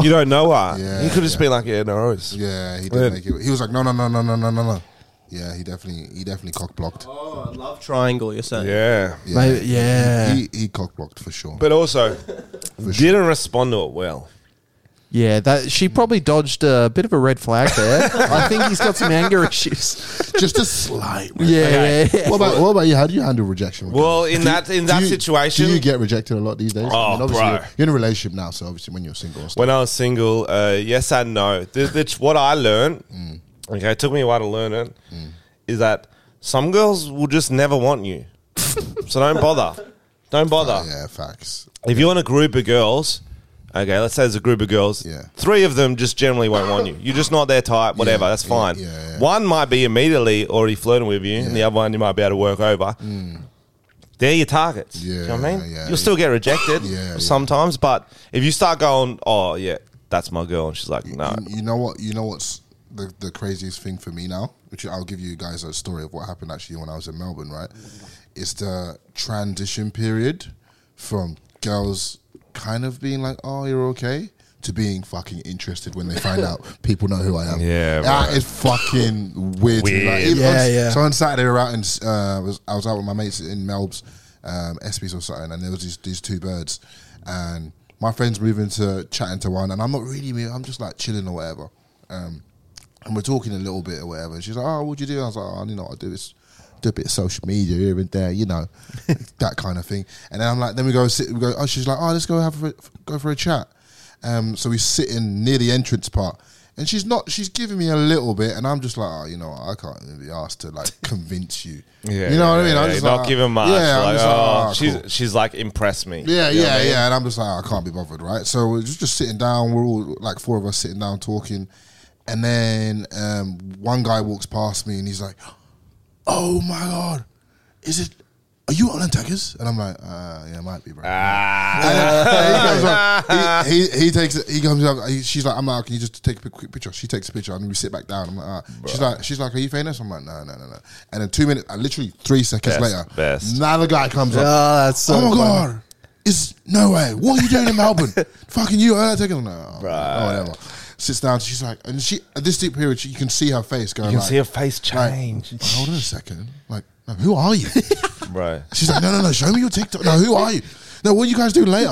You don't know why. Yeah, he could have just yeah. been like, yeah, no worries. yeah, he Weird. did make it. He was like, no, no, no, no, no, no, no, no. Yeah, he definitely, he definitely cock blocked. oh, I love triangle. You're saying. Yeah. Yeah, Maybe- yeah. he, he cock blocked for sure. But also, didn't respond to it well. Yeah, that she probably dodged a bit of a red flag there. I think he's got some anger issues. just a slight. Yeah, Okay. yeah, yeah. What about what about you? How do you handle rejection? Well, in that in Do that you- situation, do you get rejected a lot these days? Oh, obviously bro. You're, you're in a relationship now, so obviously when you're single, and stuff. when I was single, uh, yes and no. This, this, what I learned, okay, it took me a while to learn it, is that some girls will just never want you. so don't bother. Don't bother. yeah, facts. If you're in a group of girls, okay, let's say there's a group of girls, Yeah. three of them just generally won't want you. You're just not their type, whatever, Yeah, that's yeah, fine. yeah, yeah. One might be immediately already flirting with you, and the other one you might be able to work over. They're your targets. Do you know what I Mm. Yeah, mean? yeah, You'll still get rejected Yeah, sometimes, but if you start going, oh, yeah, that's my girl, and she's like, no. You, you know what? You know what's the, the craziest thing for me now, which I'll give you guys a story of what happened actually when I was in Melbourne. Right, it's the transition period from girls kind of being like, "Oh, you're okay." To being fucking interested when they find out people know who I am. Yeah, that bro. is fucking weird. to me. Like, Weird. even Yeah, on- yeah. So on Saturday, we were out and uh, was, I was out with my mates in Melbs, um, Espies or something, and there was these, these two birds, and my friends moving to chatting to one, and I'm not really, moving, I'm just like chilling or whatever, um, and we're talking a little bit or whatever. And she's like, "Oh, what'd you do?" I was like, oh, "You know, what I do is do a bit of social media here and there, you know, that kind of thing." And then I'm like, then we go sit, we go. Oh, she's like, "Oh, let's go have a, go for a chat." Um, so we sit in near the entrance part, and she's not. She's giving me a little bit, and I'm just like, "Oh, you know, what, I can't really be asked to like convince you." Yeah, you know what I mean? yeah, I'm yeah, just not like, giving much. Yeah, I'm like, just like, oh, "Oh, she's cool." she's like impress me. Yeah, You know what yeah, I mean? yeah. And I'm just like, "Oh, I can't be bothered, right? So we're just, just sitting down. We're all like four of us sitting down talking, and then um, one guy walks past me and he's like, "Oh my god, is it? Are you on attackers?" And I'm like, uh, "Yeah, it might be, bro." Ah. And he, comes up, he, he, he takes it. He comes up. He, she's like, "I'm like, can you just take a quick picture?" She takes a picture, and we sit back down. I'm like, ah. "She's like, she's like, are you famous?" I'm like, "No, no, no, no." And then two minutes, uh, literally three seconds Best, later, best. another guy comes up Oh, that's so. oh my funny. god, it's no way. What are you doing in Melbourne? Fucking you. I don't take it. No, oh, whatever. Sits down. She's like, and she at this deep period, she, you can see her face going. You can like, see her face like, change, Hold on a second. Like, no, who are you? bro. She's like, no, no, no. Show me your TikTok. No, who are you? No, what do you guys do later?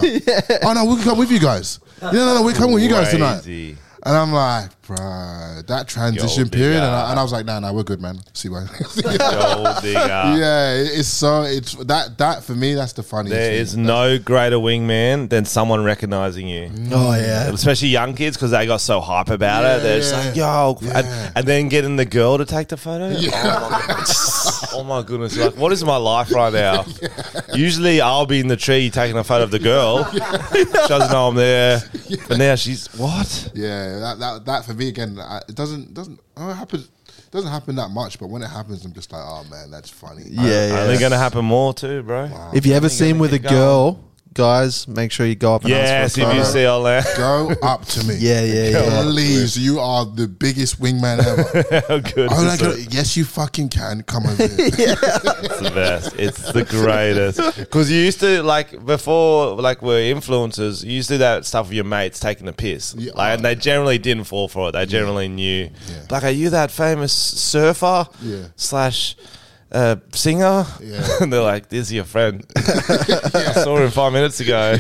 Oh no, we can come with you guys. No, no, no. We come with you guys tonight. Crazy. And I'm like, bruh, that transition Yo, period. And nigga. I, and I was like, nah, nah, we're good, man. See why. Gold digger. yeah, it- it's so it's that that for me. That's the funniest. There thing. is no greater wingman than someone recognizing you. Oh yeah. Especially young kids because they got so hype about it. They're just Yeah. like, yo. Yeah. And, and then getting the girl to take the photo. Oh, my goodness. oh my goodness. Like, what is my life right now? Usually I'll be in the tree taking a photo of the girl. she doesn't know I'm there. But now she's, what? Yeah, that, that that for me again. I, it doesn't doesn't oh, it happens doesn't happen that much, but when it happens, I'm just like, oh man, that's funny. Uh, Yeah, yeah. Only going to happen more too, bro. If you ever see him with a keep going. girl, guys, make sure you go up and ask Yes, for a if you photo. see all that. Go up to me. Yeah, yeah, yeah. Please, you are the biggest wingman ever. How good oh, is like, it? yes, you fucking can. Come over here. It's the best. It's the greatest. Because you used to like before, like we're influencers. You used to do that stuff with your mates taking the piss, Yeah. like, and they generally didn't fall for it. They generally knew. Yeah. Like, are you that famous surfer Yeah. slash uh, singer? Yeah. and they're like, "This is your friend." I saw him five minutes ago.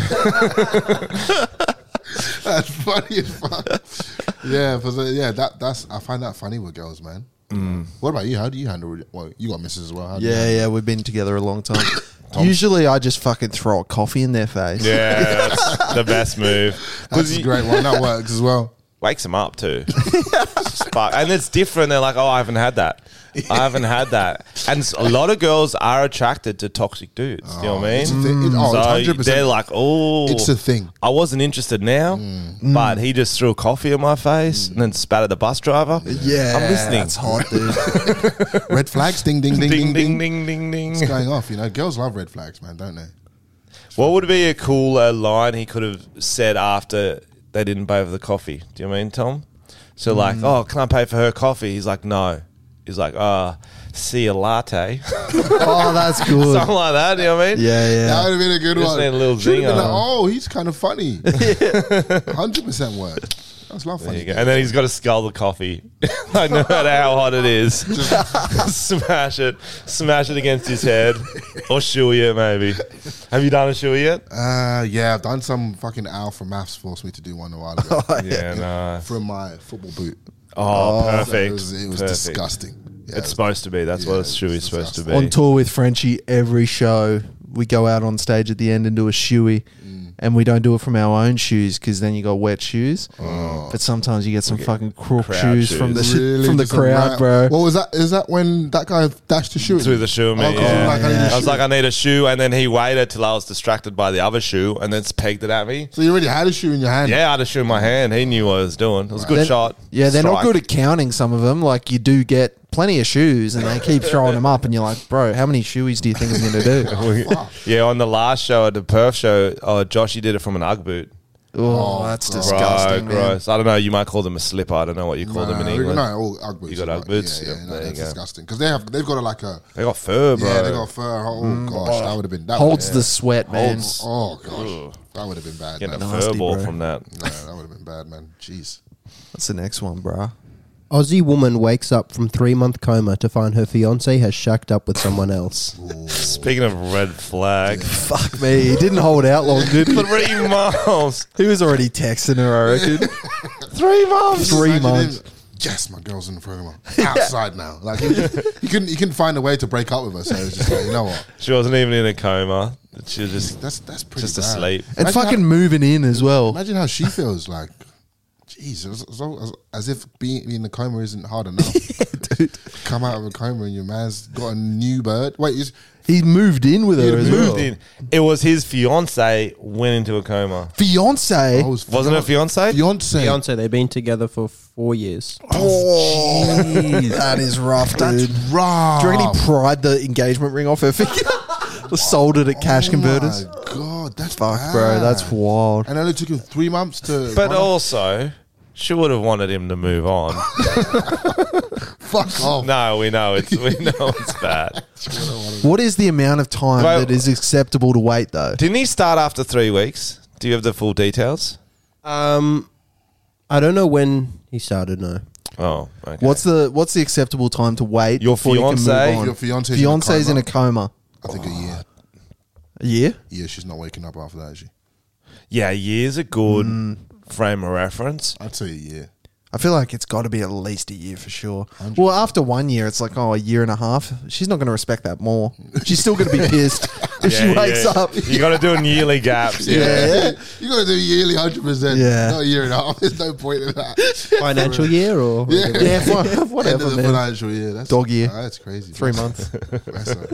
that's funny as fuck. yeah, for the, yeah, that that's I find that funny with girls, man. What about you? How do you handle? it? Well, you got misses as well. How do you Mm. Yeah, yeah, we've been together a long time. Usually, I just fucking throw a coffee in their face. yeah, that's the best move. handle it? that's a great one. That works as well. wakes them up too. Spark. And it's different. They're like, oh, I haven't had that. I haven't had that. And s- a lot of girls are attracted to toxic dudes. you know what I mean? it's a thing. It- oh, it's so 100%. they're like, oh, It's a thing. Mm. I wasn't interested now, but he just threw coffee in my face and then spat at the bus driver. Yeah, I'm listening. That's hot, dude. Red flags, ding, ding, ding, Ding ding ding, ding ding, ding ding. It's going off. You know, girls love red flags, man, don't they? What would be a cooler line he could have said after they didn't pay for the coffee? Do you know what I mean, Tom? So like, Mm. oh, can I pay for her coffee? He's like, no. He's like, ah, see a latte, oh, that's good. something like that. You know what I mean? yeah, That yeah. would have been a good Just one. need a little Should've been zinger. like, oh, he's kind of funny. Hundred percent work. That's love There you funny. go. And then he's got to scull the coffee. like no matter how hot it is, smash it, smash it against his head, or shoe it maybe. Have you done a shoe yet? uh, yeah, I've done some fucking alpha maths forced me to do one a while ago Oh, yeah, no. from my football boot. Oh, So perfect. it was, it was Perfect. disgusting. Yeah, It's it was- supposed to be. That's yeah, what a it's shoe is supposed to be. On tour with Frenchie, every show we go out on stage at the end and do a shoey, and we don't do it from our own shoes because then you got wet shoes. But sometimes you get some fucking crook crowd shoes, from the shoes. really from the just a crowd, wrap. bro. What was that? Is that when that guy dashed the shoe? at through me? the shoe, Oh, mate. God, yeah. like, I need a I was shoe. like, I need a shoe, and then he waited till I was distracted by the other shoe, and then pegged it at me. so you already had a shoe in your hand. Yeah, I had a shoe in my hand. He knew what I was doing. It was a good Then- shot. Yeah, they're not Strike. good at counting some of them. Like you do get plenty of shoes, and they keep throwing them up, and you're like, bro, how many shoeies do you think I'm going to Oh, do? Yeah, on the last show at the Perth show, uh, Joshy did it from an UGG boot. Oh, that's Bro, disgusting. man. gross. I don't know. You might call them a slipper. I don't know what you call them in Nah, England. No, all Ugg boots. You got right? Ugg boots? Yeah, yeah, Yeah, no, there you that's go. disgusting. Because they have, they've got a, like a. They got fur, bro. Mm. Yeah, they got fur. Oh gosh, that would have been that Holds would've- the sweat, man. Holds- Oh gosh, that would have been bad. Getting Man. a Nasty, fur ball bro. from that. No, that would have been bad, man. Jeez. What's the next one, bro? Aussie woman wakes up from three month coma to find her fiance has shacked up with someone else. Speaking of red flag, Fuck me. He didn't hold out long, did he? three months. He was already texting her, I reckon. Three months. Three Imagine him, months. Yes, my girl's in the program. Outside now, like he, he couldn't, he couldn't find a way to break up with her. So it was just like, you know what? She wasn't even in a coma. She was just That's that's pretty. Just bad. asleep. And And Imagine fucking How, moving in as well. imagine how she feels. Like, jeez, as, as, as, as if being in a coma isn't hard enough. Come out of a coma and your man's got a new bird. Wait, is He moved in with her as well. moved in. It was his fiance went into a coma. Fiance. I was Wasn't it fiance? fiance? Fiance, they've been together for four years. that is rough, dude. That's raw. Oh, Do you reckon he pried the engagement ring off her finger? or sold it at cash converters? Oh my god, that's Fuck, bro, that's bad. wild. And it only took him three months to. But oh, run off. also, she would have wanted him to move on. fuck off. no, we know it's we know it's bad. What is the amount of time Well- that is acceptable to wait, though? Didn't he start after three weeks? Do you have the full details? Um, I don't know when he started. No, Oh, okay. What's the what's the acceptable time to wait? Your before fiancé? you can move on? Your fiancé's in a fiance's in a coma. I think a year. A year? Yeah, she's not waking up after that. Is she? yeah? Years a good frame of reference. I'd say a year. I feel like it's got to be at least a year for sure. Well, after one year, it's like oh, a year and a half. She's not going to respect that more. She's still going to be pissed if she Yeah, wakes yeah. up. You got to do in yearly gaps. Yeah. you gotta do yearly hundred percent. Yeah. Not a year and a half. There's no point in that. financial year or Yeah, wha- End whatever, of the man. financial year. That's Dog year. Ah, that's crazy. Three months. That's a-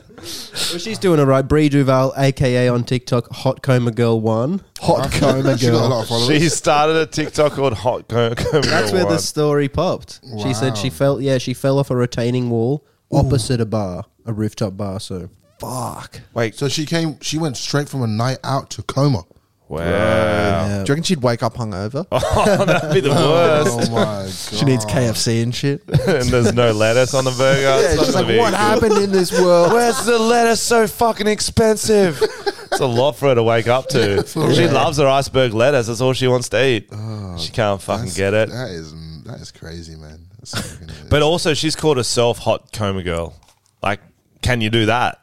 Well, she's doing it right. Brie Duval, aka on TikTok, Hot Coma Girl One. Hot coma she got a lot girl. of followers. She started a TikTok called Hot Co- Coma. That's where One. the story popped. She Wow. said she felt yeah she fell off a retaining wall opposite a bar, a rooftop bar. So Fuck. wait. so she came. She went straight from a night out to coma. wow, Do you reckon she'd wake up hungover? that'd be the worst. Oh my god. She needs KFC and shit. and there's no lettuce on the burger. It's not She's gonna like, be what good. happened in this world? Where's the lettuce so fucking expensive? It's a lot for her to wake up to. she loves her iceberg lettuce. That's all she wants to eat. she can't fucking Oh, That's- get it. That is that is crazy, man. That's fucking- But also, she's called herself hot coma girl. Like, can you do that?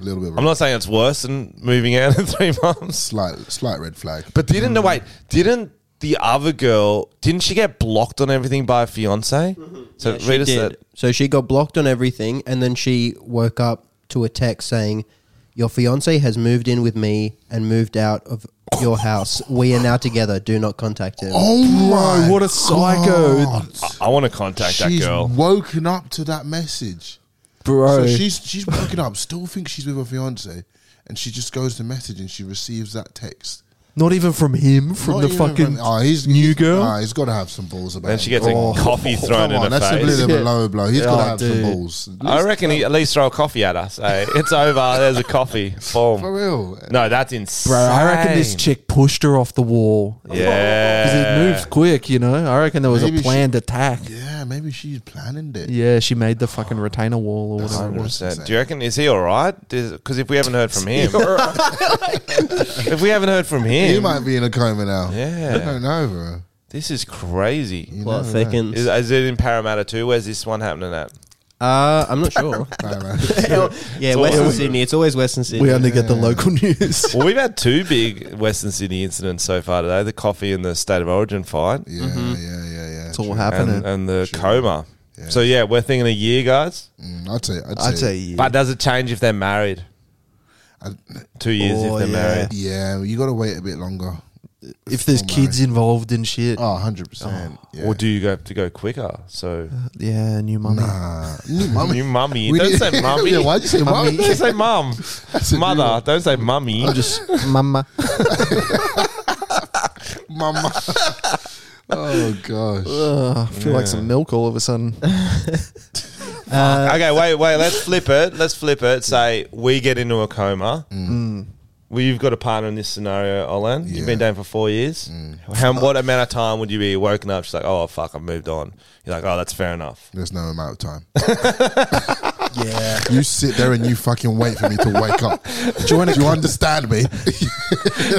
a little bit. Of a I'm not saying it's worse than moving out in three months. slight slight red flag. But didn't no wait? Didn't the other girl? Didn't she get blocked on everything by her fiance? So Mm-hmm. Yeah, she read us did. that. So she got blocked on everything, and then she woke up to a text saying, "Your fiance has moved in with me and moved out of your house. We are now together. Do not contact him." oh my! What a psycho, God. I, want to contact she's that girl. woken up to that message. bro. So she's she's woken up, still thinks she's with her fiance, and she just goes to message and she receives that text Not even from him, from Not the even fucking from- oh, he's, new he's- girl. ah, he's got to have some balls about. Then she gets him. Oh, a coffee thrown Come in on, her that's a face. little bit low blow. He's got Oh, to have dude. Uh, some balls. I reckon he at least throw a coffee at us. Hey, it's over. There's a coffee. Boom. For real. No, that's insane. Bro, I reckon this chick pushed her off the wall. Because Yeah. it moves quick, you know? I reckon there was Maybe a she- planned attack. Yeah, maybe she's planning it. Yeah, she made the fucking retainer wall or whatever it was. 100%. Do you reckon is he all right? Because if we haven't heard from him, if we haven't heard from him, He might be in a coma now. Yeah. I don't know, bro. this is crazy. Plot thickens. Is, is it in Parramatta too? Where's this one happening at? Uh, I'm not sure. I don't know. yeah, all- Western Sydney. It's always Western Sydney. We only get the local news. Well, we've had two big Western Sydney incidents so far today: the coffee and the state of origin fight, yeah, yeah, yeah, yeah. It's all true. happening. and, uh, and the coma. So yeah, we're thinking a year, guys. Mm, I'd say, I'd, I'd say say, yeah. But does it change if they're married? I'd- Two years Oh, if they're yeah. married. yeah, you got to wait a bit longer. if there's Before kids involved and shit. Oh, 100%. yeah. Or do you go have to go quicker? So Yeah, new mummy. Nah. New mummy. new mummy. We Don't need- say mummy. uh, yeah, why'd you say mummy? Don't say mum. a new Mother. one. Don't say mummy. Just mama. uh, Mama. oh, gosh. Ugh, I feel like some milk all of a sudden. uh, okay, wait, wait. Let's flip it. Let's flip it. Say we get into a coma. Well, you've got a partner in this scenario, Olan. You've been Mm. Yeah. Mm. dating for four years. How, what amount of time would you be woken up? She's like, oh, fuck, I've moved on. You're like, oh, that's fair enough. There's no amount of time. Yeah. You sit there and you fucking wait for me to wake up. Do you, understand me?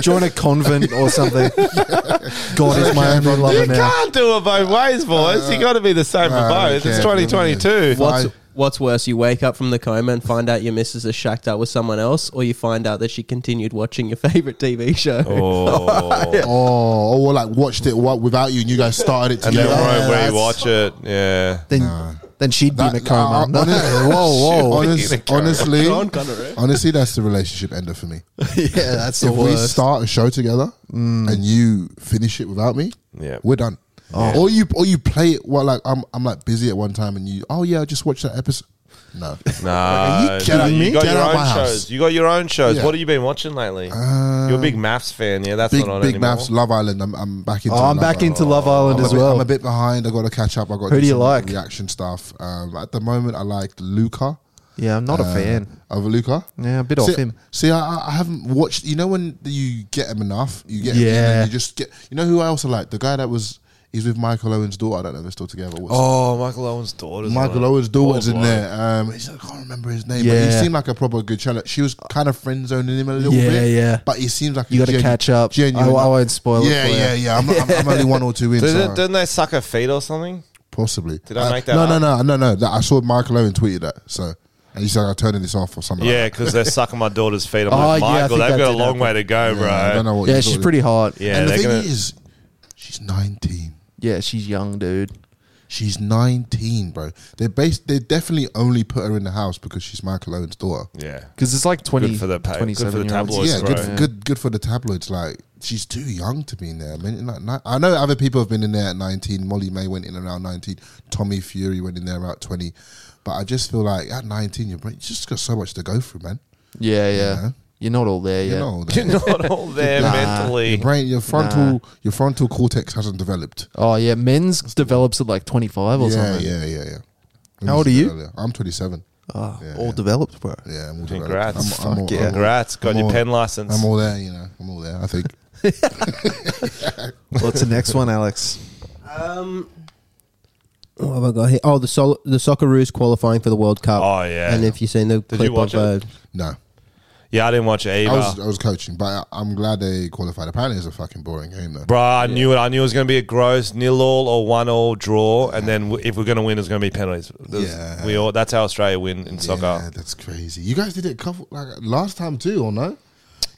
Join a convent or something. God is my only You lover now. can't do it both ways, boys. you got to be the same I for don't both. It's care. 2022. Uh, What? What's I- What's worse, you wake up from the coma and find out your missus is shacked up with someone else, or you find out that she continued watching your favorite TV show? Oh, oh, or like watched it what, without you and you guys started it and then together. Yeah, won't that's- rewatch it. Yeah. Then, then she'd be in a That- uh, coma. No, honest- whoa, whoa. honest- In a coma. honestly, John Connery. honestly, that's the relationship ender for me. yeah, that's the if we worst. Mm. start a show together and you finish it without me, Yeah. we're done. Or you or you play it while like I'm I'm like busy at one time and you oh yeah I just watched that episode. No, Nah, Are you kidding you me? got Get your out own my house. shows. You got your own shows. Yeah. Um, What have you been watching lately? You're a big maths fan, yeah. That's big not on big anymore. maths Love Island. I'm, I'm back into. Oh, I'm Love back Island. into Love Island I'm a as bit- well. I'm a bit behind. I got to catch up. I got Who do you some like? Reaction stuff. Um, at the moment, I liked Luca. yeah, I'm not a uh, fan. of Luca. Yeah, a bit see, off him. See, I- I, I haven't watched. You know when you get him enough, you get him in Yeah. and you just get. You know who I also like? The guy that was he's with Michael Owen's daughter. I don't know if they're still together. What's Oh, Michael Owen's daughter's Michael on it. Owen's daughter's Oh, in boy. there. Um, he's, I can't remember his name, but Yeah. he seemed like a proper good challenge. She was kind of friend zoning him a little Yeah, bit. yeah. But he seems like You a gotta catch up. I- I won't spoil it Yeah, for you. yeah, yeah. I'm, I'm, I'm only one or two in. Did so it, didn't they suck her feet or something? possibly. Uh, Did I make that No, up? no, no, no, no. That, I saw Michael Owen tweeted that. So and he's like, "I'm turning this off" or something. like Yeah, because they're sucking my daughter's feet. I'm Oh, like, yeah, I Michael, think they've that got a did long happen. way to go, that. I bro. don't know what Yeah, you she's thought. pretty hot. Yeah, and the they're thing gonna. is, she's 19. Yeah, she's young, dude. She's 19, bro. They based. They definitely only put her in the house because she's Michael Owen's daughter. yeah, Because it's like 20, for the pa- good for the 27 year olds. tabloids, yeah, bro. good, for, good, good for the tabloids. Like she's too young to be in there. I mean, like, ni- I know other people have been in there at 19. Molly May went in around 19. Tommy Fury went in there about 20. But I just feel like at 19, you're, you just got so much to go through, man. Yeah, yeah. Yeah. You're not all there yet. You know, all that. You're not all there Nah. mentally. your brain, your frontal, your frontal cortex hasn't developed. Oh, yeah. Men's develops at like 25 or Yeah, something. yeah, yeah, yeah. How old are you? Earlier. I'm 27. Oh, Yeah, all yeah. developed, bro. Yeah, I'm all Congrats. developed. I'm, I'm, all, yeah. I'm, all, Congrats, got I'm your all- pen license. I'm all there, you know. I'm all there, I think. What's the next one, Alex? Um, what have I got here? Oh, the Sol- the Socceroos qualifying for the World Cup. Oh, yeah. And if you've seen the clip you watch of it? uh, No. yeah, I didn't watch it either. I was, I was coaching, but I, I'm glad they qualified. Apparently, it's a fucking boring game, though. Bro, I knew it. I knew it was going to be a gross nil all or one all draw, and then w- if we're going to win, it's going to be penalties. There's- Yeah. we all. That's how Australia win in Yeah, soccer. that's crazy. You guys did it a couple, like last time too, or no?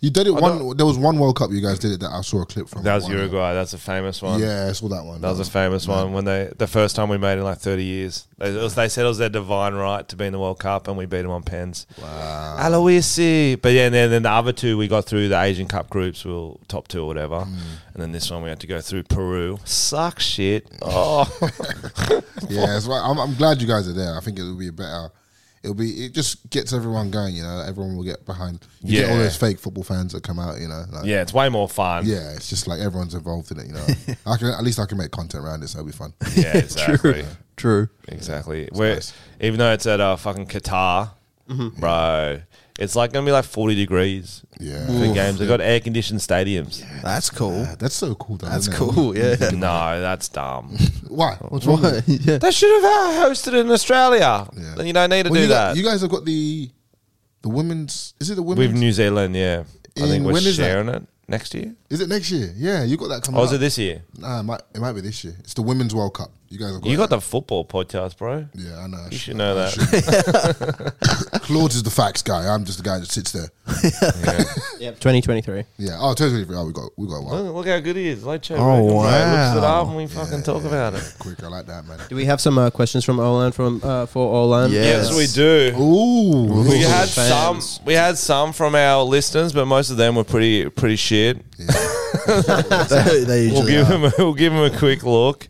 You did it one. There was one World Cup you guys did it that I saw a clip from. That was One- Uruguay. That's a famous one. Yeah, I saw that one. That was a famous one when they the first time we made it in like thirty years. They, it was, they said it was their divine right to be in the World Cup, and we beat them on pens. Wow, Aloisi. But yeah, and then, then the other two we got through the Asian Cup groups, we were top two or whatever, Mm. and then this one we had to go through Peru. Suck shit. Oh, Yeah, that's right. I'm, I'm glad you guys are there. I think it'll be a better. It'll be. It just gets everyone going. You know, everyone will get behind. You get all Yeah. those fake football fans that come out. You know, like, yeah, it's way more fun. yeah. It's just like everyone's involved in it. You know, I can at least I can make content around it, so it'll be fun. yeah, exactly. True. Exactly. Where nice. Mm-hmm. even though it's at uh, fucking Qatar, bro, it's like gonna be like forty degrees Yeah. for games. They've got air conditioned stadiums. That's cool. That's so cool. Though, That's isn't it? cool. Yeah. No, that's dumb. Why? What's wrong? With it? yeah. they should have uh, hosted it in Australia. Yeah. Then you don't need to Well, do you got- that. you guys have got the the women's. Is it the With women's? New Zealand, yeah. I In- think we're when is that? sharing it next year. is it next year? Yeah, you got that coming. Or Oh, is up. it this year? Nah, it might, it might be this year. It's the women's World Cup. You guys have got. You got that. the football podcast, bro. Yeah, I know. I You should know I that. should. Claude is the facts guy. I'm just the guy that sits there. yep. 2023. Yeah. Oh, totally. Oh, we got we got one. Look, look how good he is. Like Joe Oh, Rogan, bro. Looks it wow. up and we fucking talk about it. Quick, I like that man. Do we have some uh, questions from Olan from uh, for Olan? Yeah. Yes, Yes. we do. Ooh, We Ooh. had Fans. some. We had some from our listeners, but most of them were pretty pretty shit. they, they We'll usually give are. them. A, we'll give them a quick look.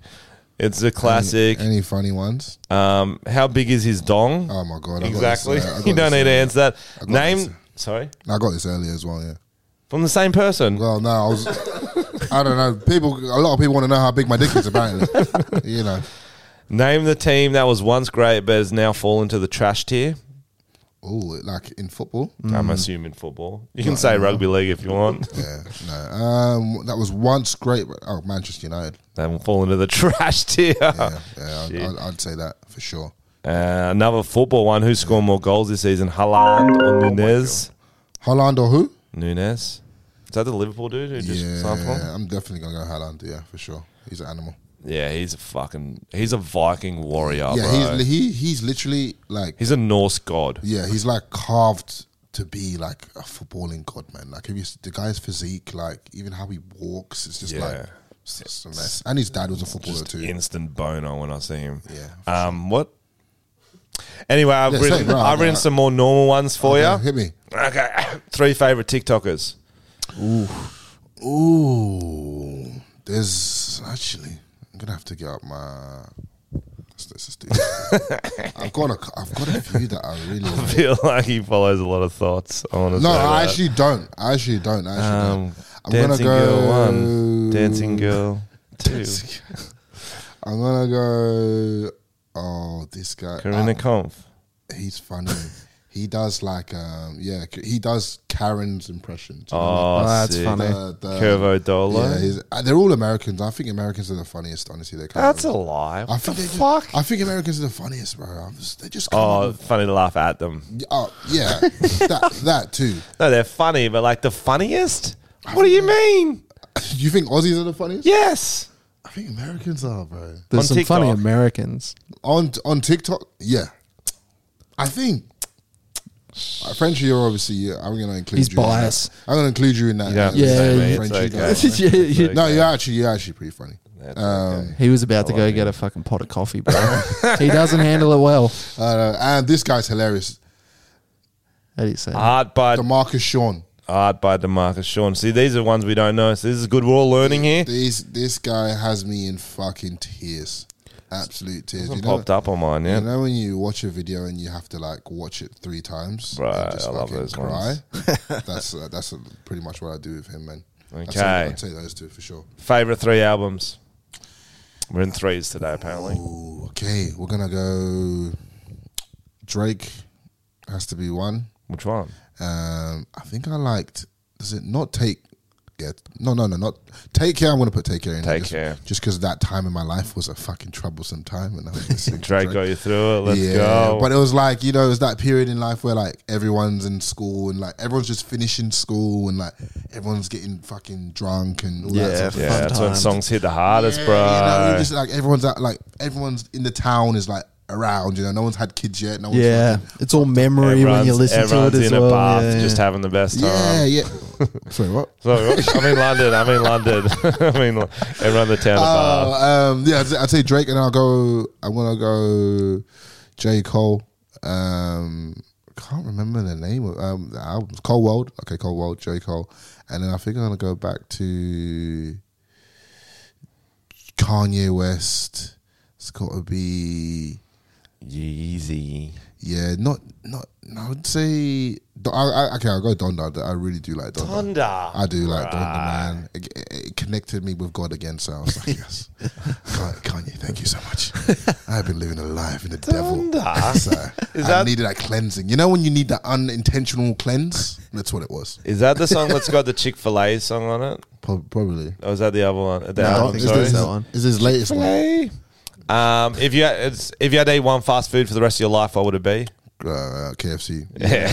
It's a classic. Any funny ones? Um, how big is his dong? Oh my god! I got this, exactly. uh, I got you don't this, need to uh, answer that. got Name. this. Sorry, I got this earlier as well. Yeah. from the same person. Well, no, I was. I don't know. People, a lot of people want to know how big my dick is. Apparently, you know. Name the team that was once great but has now fallen to the trash tier. Oh, like in football. I'm assuming football. You can say rugby league if you want. Hmm. Yeah, no. Um, that was once great. But, oh, Manchester United. They haven't fallen to the trash tier. Yeah, yeah I'd, I'd, I'd say that for sure. Uh, another football one. Who scored more goals this season, Haaland Oh or Nunez? Holland or who? Nunez. Is that the Liverpool dude who just signed for? him? I'm definitely gonna go Holland. Yeah, for sure. He's an animal. Yeah, he's a fucking. He's a Viking warrior, bro. yeah, He's, he's he he's literally like a Norse god. yeah, he's like carved to be like a footballing god, man. Like if you, s- the guy's physique, like even how he walks, it's just like Yeah. it's just a mess. And his dad was a footballer Just too. instant boner when I see him. Yeah, for Um. What? Anyway, I've Yeah, written. same, right, I've written right. some more normal ones for Okay, you. hit me. Okay. Three favorite TikTokers. Ooh, there's actually. I'm gonna have to get up my. Let's, let's just do. this. I've got a. c- I've got a few that I really. I like. feel like he follows a lot of thoughts. I want to No, say I that. actually don't. I actually don't. I actually Um, don't. I'm dancing gonna go. girl one, dancing girl two, I'm gonna go. Oh, this guy. Karina Kampf. Ah, he's funny. he does like um yeah. c- He does Karen's impression. do you know Oh, Oh, that's sick. funny. the- the- Curvo Dolo. Ah, Yeah, he's- uh, they're all Americans. I think Americans are the funniest. Honestly, they come that's up a with- lie. I What the think they just- fuck? I think Americans are the funniest, bro. I'm just, they just come up oh, with- funny to laugh at them. oh yeah, that that too. No, they're funny, but like the funniest? What do you mean? Do you think Aussies are the funniest? Yes. I think Americans are, bro. On There's some funny TikTok. Americans. on on TikTok, yeah. I think uh, Frenchie, you're obviously. Yeah, I'm gonna include He's you. in that. biased. I'm gonna include you in that. You don't have to Yeah, say me, yeah, it's Frenchie okay. guy. Yeah, yeah. No, you're actually you're actually pretty funny. That's Um, He was about to go get a fucking pot of coffee, bro. he doesn't handle it well. uh, and this guy's hilarious, How do you say? that? Art by Demarcus Shawn. art by Demarcus Shawn. See, these are ones we don't know. So this is good. We're all learning here. This this guy has me in fucking tears, absolute tears. You know, Popped up on mine. Yeah. you know when you watch a video and you have to like watch it three times, and Right, I love fucking those ones. that's uh, that's uh, pretty much what I do with him, man. I'd say- Okay. I'd say those two for sure. Favorite three albums. We're in threes today, apparently. Ooh, okay, we're gonna go. Drake has to be one. Which one? Um, I think I liked. Does it not take? Yeah, no, no, no, not take care. I'm gonna put take care in. there Take just, Care. just because that time in my life was a fucking troublesome time, and I was listening to Drake got you through it. Let's go. but it was like you know, it was that period in life where like everyone's in school and like everyone's just finishing school and like everyone's getting fucking drunk and all that Yeah, stuff. yeah, Fun that's when times. songs hit the hardest, Yeah, bro. You know, you just like everyone's out, like everyone's in the town is like around. You know, no one's had kids yet. No one's Yeah, fucking- it's all memory when you listen to everyone's it as in well. a bath, yeah, yeah. just having the best time. yeah, yeah. Sorry, what? Sorry, what? I'm in London. I'm in London. I mean, lo- everyone in the town of bath. Oh, um, yeah. I'd say, I'd say Drake, and I'll go. I'm gonna go J Cole. Um, can't remember the name of um, the albums. Cold World. Okay, Cold World. J Cole, and then I think I'm gonna go back to Kanye West. It's got to be. Yeezy. Yeah, not not. I would say. I, I, okay, I'll go Donda. I really do like Donda. Donda. I do like Donda, man. It, it- it connected me with God again, so I was like, yes, Kan- Kanye, thank you so much. I've been living a life in the Donda? devil. So Is I that- needed that cleansing. You know when you need that unintentional cleanse? That's what it was. Is that the song that's got the Chick Fil A song on it, Prob- Probably. or is that the other one? The I don't album, think so. Is sorry. this- That one. Is his latest one? Um, if you had, it's, if you had to eat one fast food for the rest of your life, what would it be? Uh, KFC. Yeah.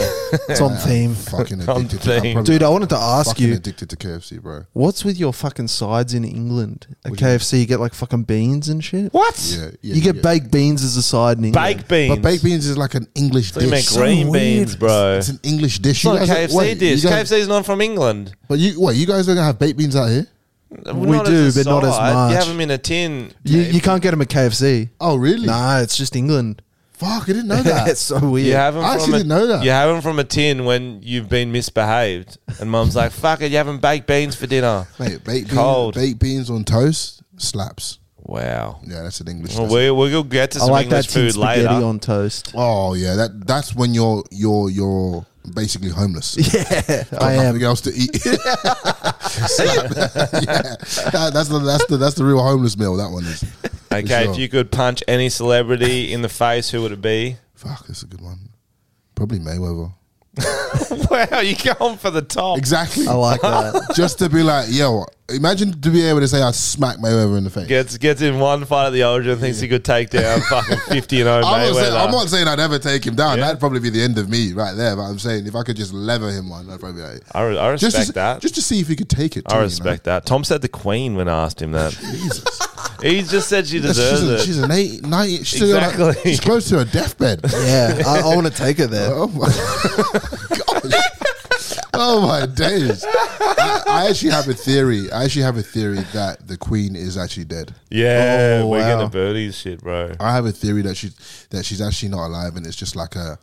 it's on theme. Fucking On addicted. To, theme. I'm probably Dude, I wanted to ask fucking you, addicted to KFC, bro. what's with your fucking sides in England? At KFC, you get like fucking beans and shit. what? Yeah, yeah you get baked beans as a side in England. Baked beans. But baked beans is like an English You meant dish. green beans, bro. It's an English dish. It's not a guys- KFC wait, dish. You guys, KFC is not from England. But you, what? You guys are gonna have baked beans out here? We Not do, as a but not as side. You much. have them in a tin. You, you can't get them at KFC. Oh, really? Nah, it's just England. Fuck, I didn't know That's that. so weird. You have them I from actually a, didn't know that. You have them from a tin when you've been misbehaved, and mum's like, "Fuck it, you haven't baked beans for dinner." Mate, baked, Cold. beans, baked beans on toast slaps. Wow. Yeah, that's an English. Well, we that's- we'll get to I some like English that tin food spaghetti later. on toast. oh yeah, that that's when you're you're you're basically homeless. Yeah, I Got am. Nothing else to eat. Slap. yeah, That- that's the that's the that's the real homeless meal. That one is. okay, sure. if you could punch any celebrity in the face, who would it be? Fuck, that's a good one. Probably Mayweather. wow, you going for the top? Exactly. I Oh, like that. Just to be like, yo, imagine to be able to say I smacked Mayweather in the face. Gets gets in one fight at the Ocean, thinks he could take down fucking fifty and 0 I'm, not saying, Mayweather. I'm not saying I'd ever take him down. Yeah. That'd probably be the end of me right there. But I'm saying if I could just leather him one, I'd probably be like, I re- I just to respect s- that. Just to see if he could take it. I too, you know? respect that. Tom said the Queen when I asked him that. Jesus. he just said she That's- she's, a, deserves she's it. an eight, 90 she's, still like- Exactly. she's close to her deathbed. Yeah, I, I want to take her there. Oh my gosh. Oh my days. I, I actually have a theory. I actually have a theory that the queen is actually dead. Yeah, Oh, we're wow. gonna birdie shit, bro. I have a theory that she's that she's actually not alive and it's just like a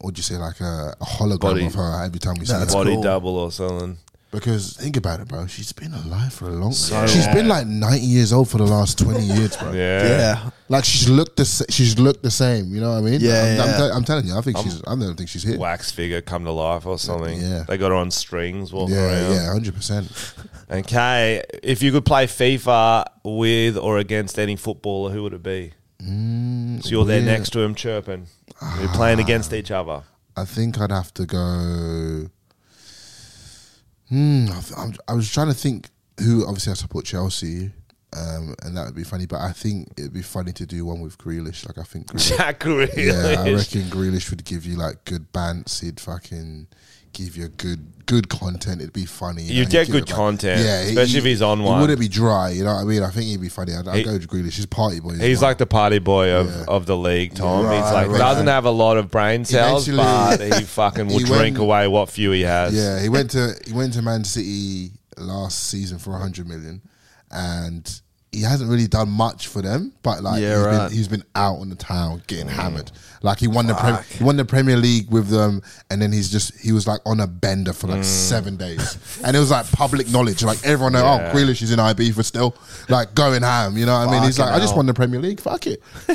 what do you say, like a, a hologram Body. of her every time we see That's her. Body cool. double or something. Because think about it, bro. She's been alive for a long time. She's been like ninety years old for the last twenty years, bro. Yeah. Yeah. Like she's looked the sa- she's looked the same. You know what I mean? Yeah, I'm, I'm, yeah. tell- I'm telling you, I think she's. I don't think she's here. Wax figure come to life or something. Yeah. They got her on strings walking Yeah, around. yeah, hundred percent. Okay. If you could play FIFA with or against any footballer, who would it be? Mm, so you're there yeah. next to him chirping. You're playing Ah. against each other. I think I'd have to go. Hmm, I, th- I'm, I was trying to think who. Obviously, I support Chelsea, um, and that would be funny. But I think it'd be funny to do one with Grealish. Like I think. Grealish- Jack Grealish. Yeah, I reckon Grealish would give you like good bants. He'd fucking give you good good content. It'd be funny. You You'd know, get he'd give good it back. content, especially if he's on one. He wouldn't be dry. You know what I mean? I think he'd be funny. I'd, He- I'd go with Grealish. He's party boy. as He's well. like the party boy of, Yeah. of the league, Tom. Right, He's like right. doesn't have a lot of brain cells, actually- but he fucking will He drink went- away what few he has. Yeah, he went to he went to Man City last season for 100 million, and he hasn't really done much for them. But like, Yeah, he's right. Mm. been, he's been out on the town getting hammered. Like he won the Prem he won the Premier League with them, and then he's just he was like on a bender for Mm. like seven days, and it was like public knowledge. Like everyone know, Yeah. oh, Grealish is in IB for still, like going ham. You know what I mean? He's like, Fucking I just hell. won the Premier League. Fuck it.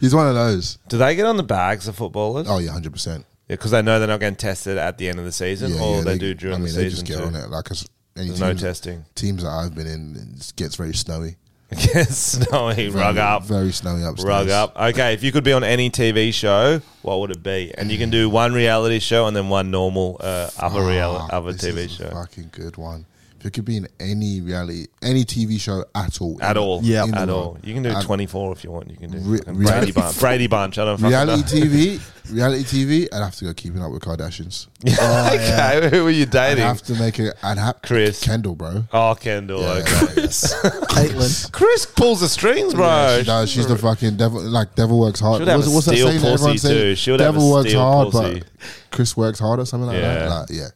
he's one of those. Do they get on the bags of footballers? Oh yeah, hundred percent. because they know they're not getting tested at the end of the season, or they, do during I mean, the they season just get too. on it. Like, 'cause any There's no teams- testing. Teams that I've been in, it gets very snowy. Get snowy, rug Very- up, Very snowy upstairs. rug up. Okay, if you could be on any TV show, what would it be? And you can do one reality show and then one normal uh, other real Fuck, other Ah, this TV is a show. fucking good one. If it could be in any reality, any TV show at all, At all, Yeah. at the all. world. You can do Um, twenty four if you want. You can do Re- fucking Brady reality- Bunch. Brady Bunch. I don't fucking Reality know. TV, reality TV. I'd have to go keeping up with Kardashians. okay, who are you I'd dating? have to make it. I'd have Chris. Kendall, bro. Oh, Kendall. Okay. Caitlin. Chris pulls the strings, bro. She does. She's the fucking devil. Like devil works hard. She'll have a steel that everyone pussy says? too. She'll have devil a works steel hard, pussy. but Chris works hard or something like that. Yeah. Like, yeah.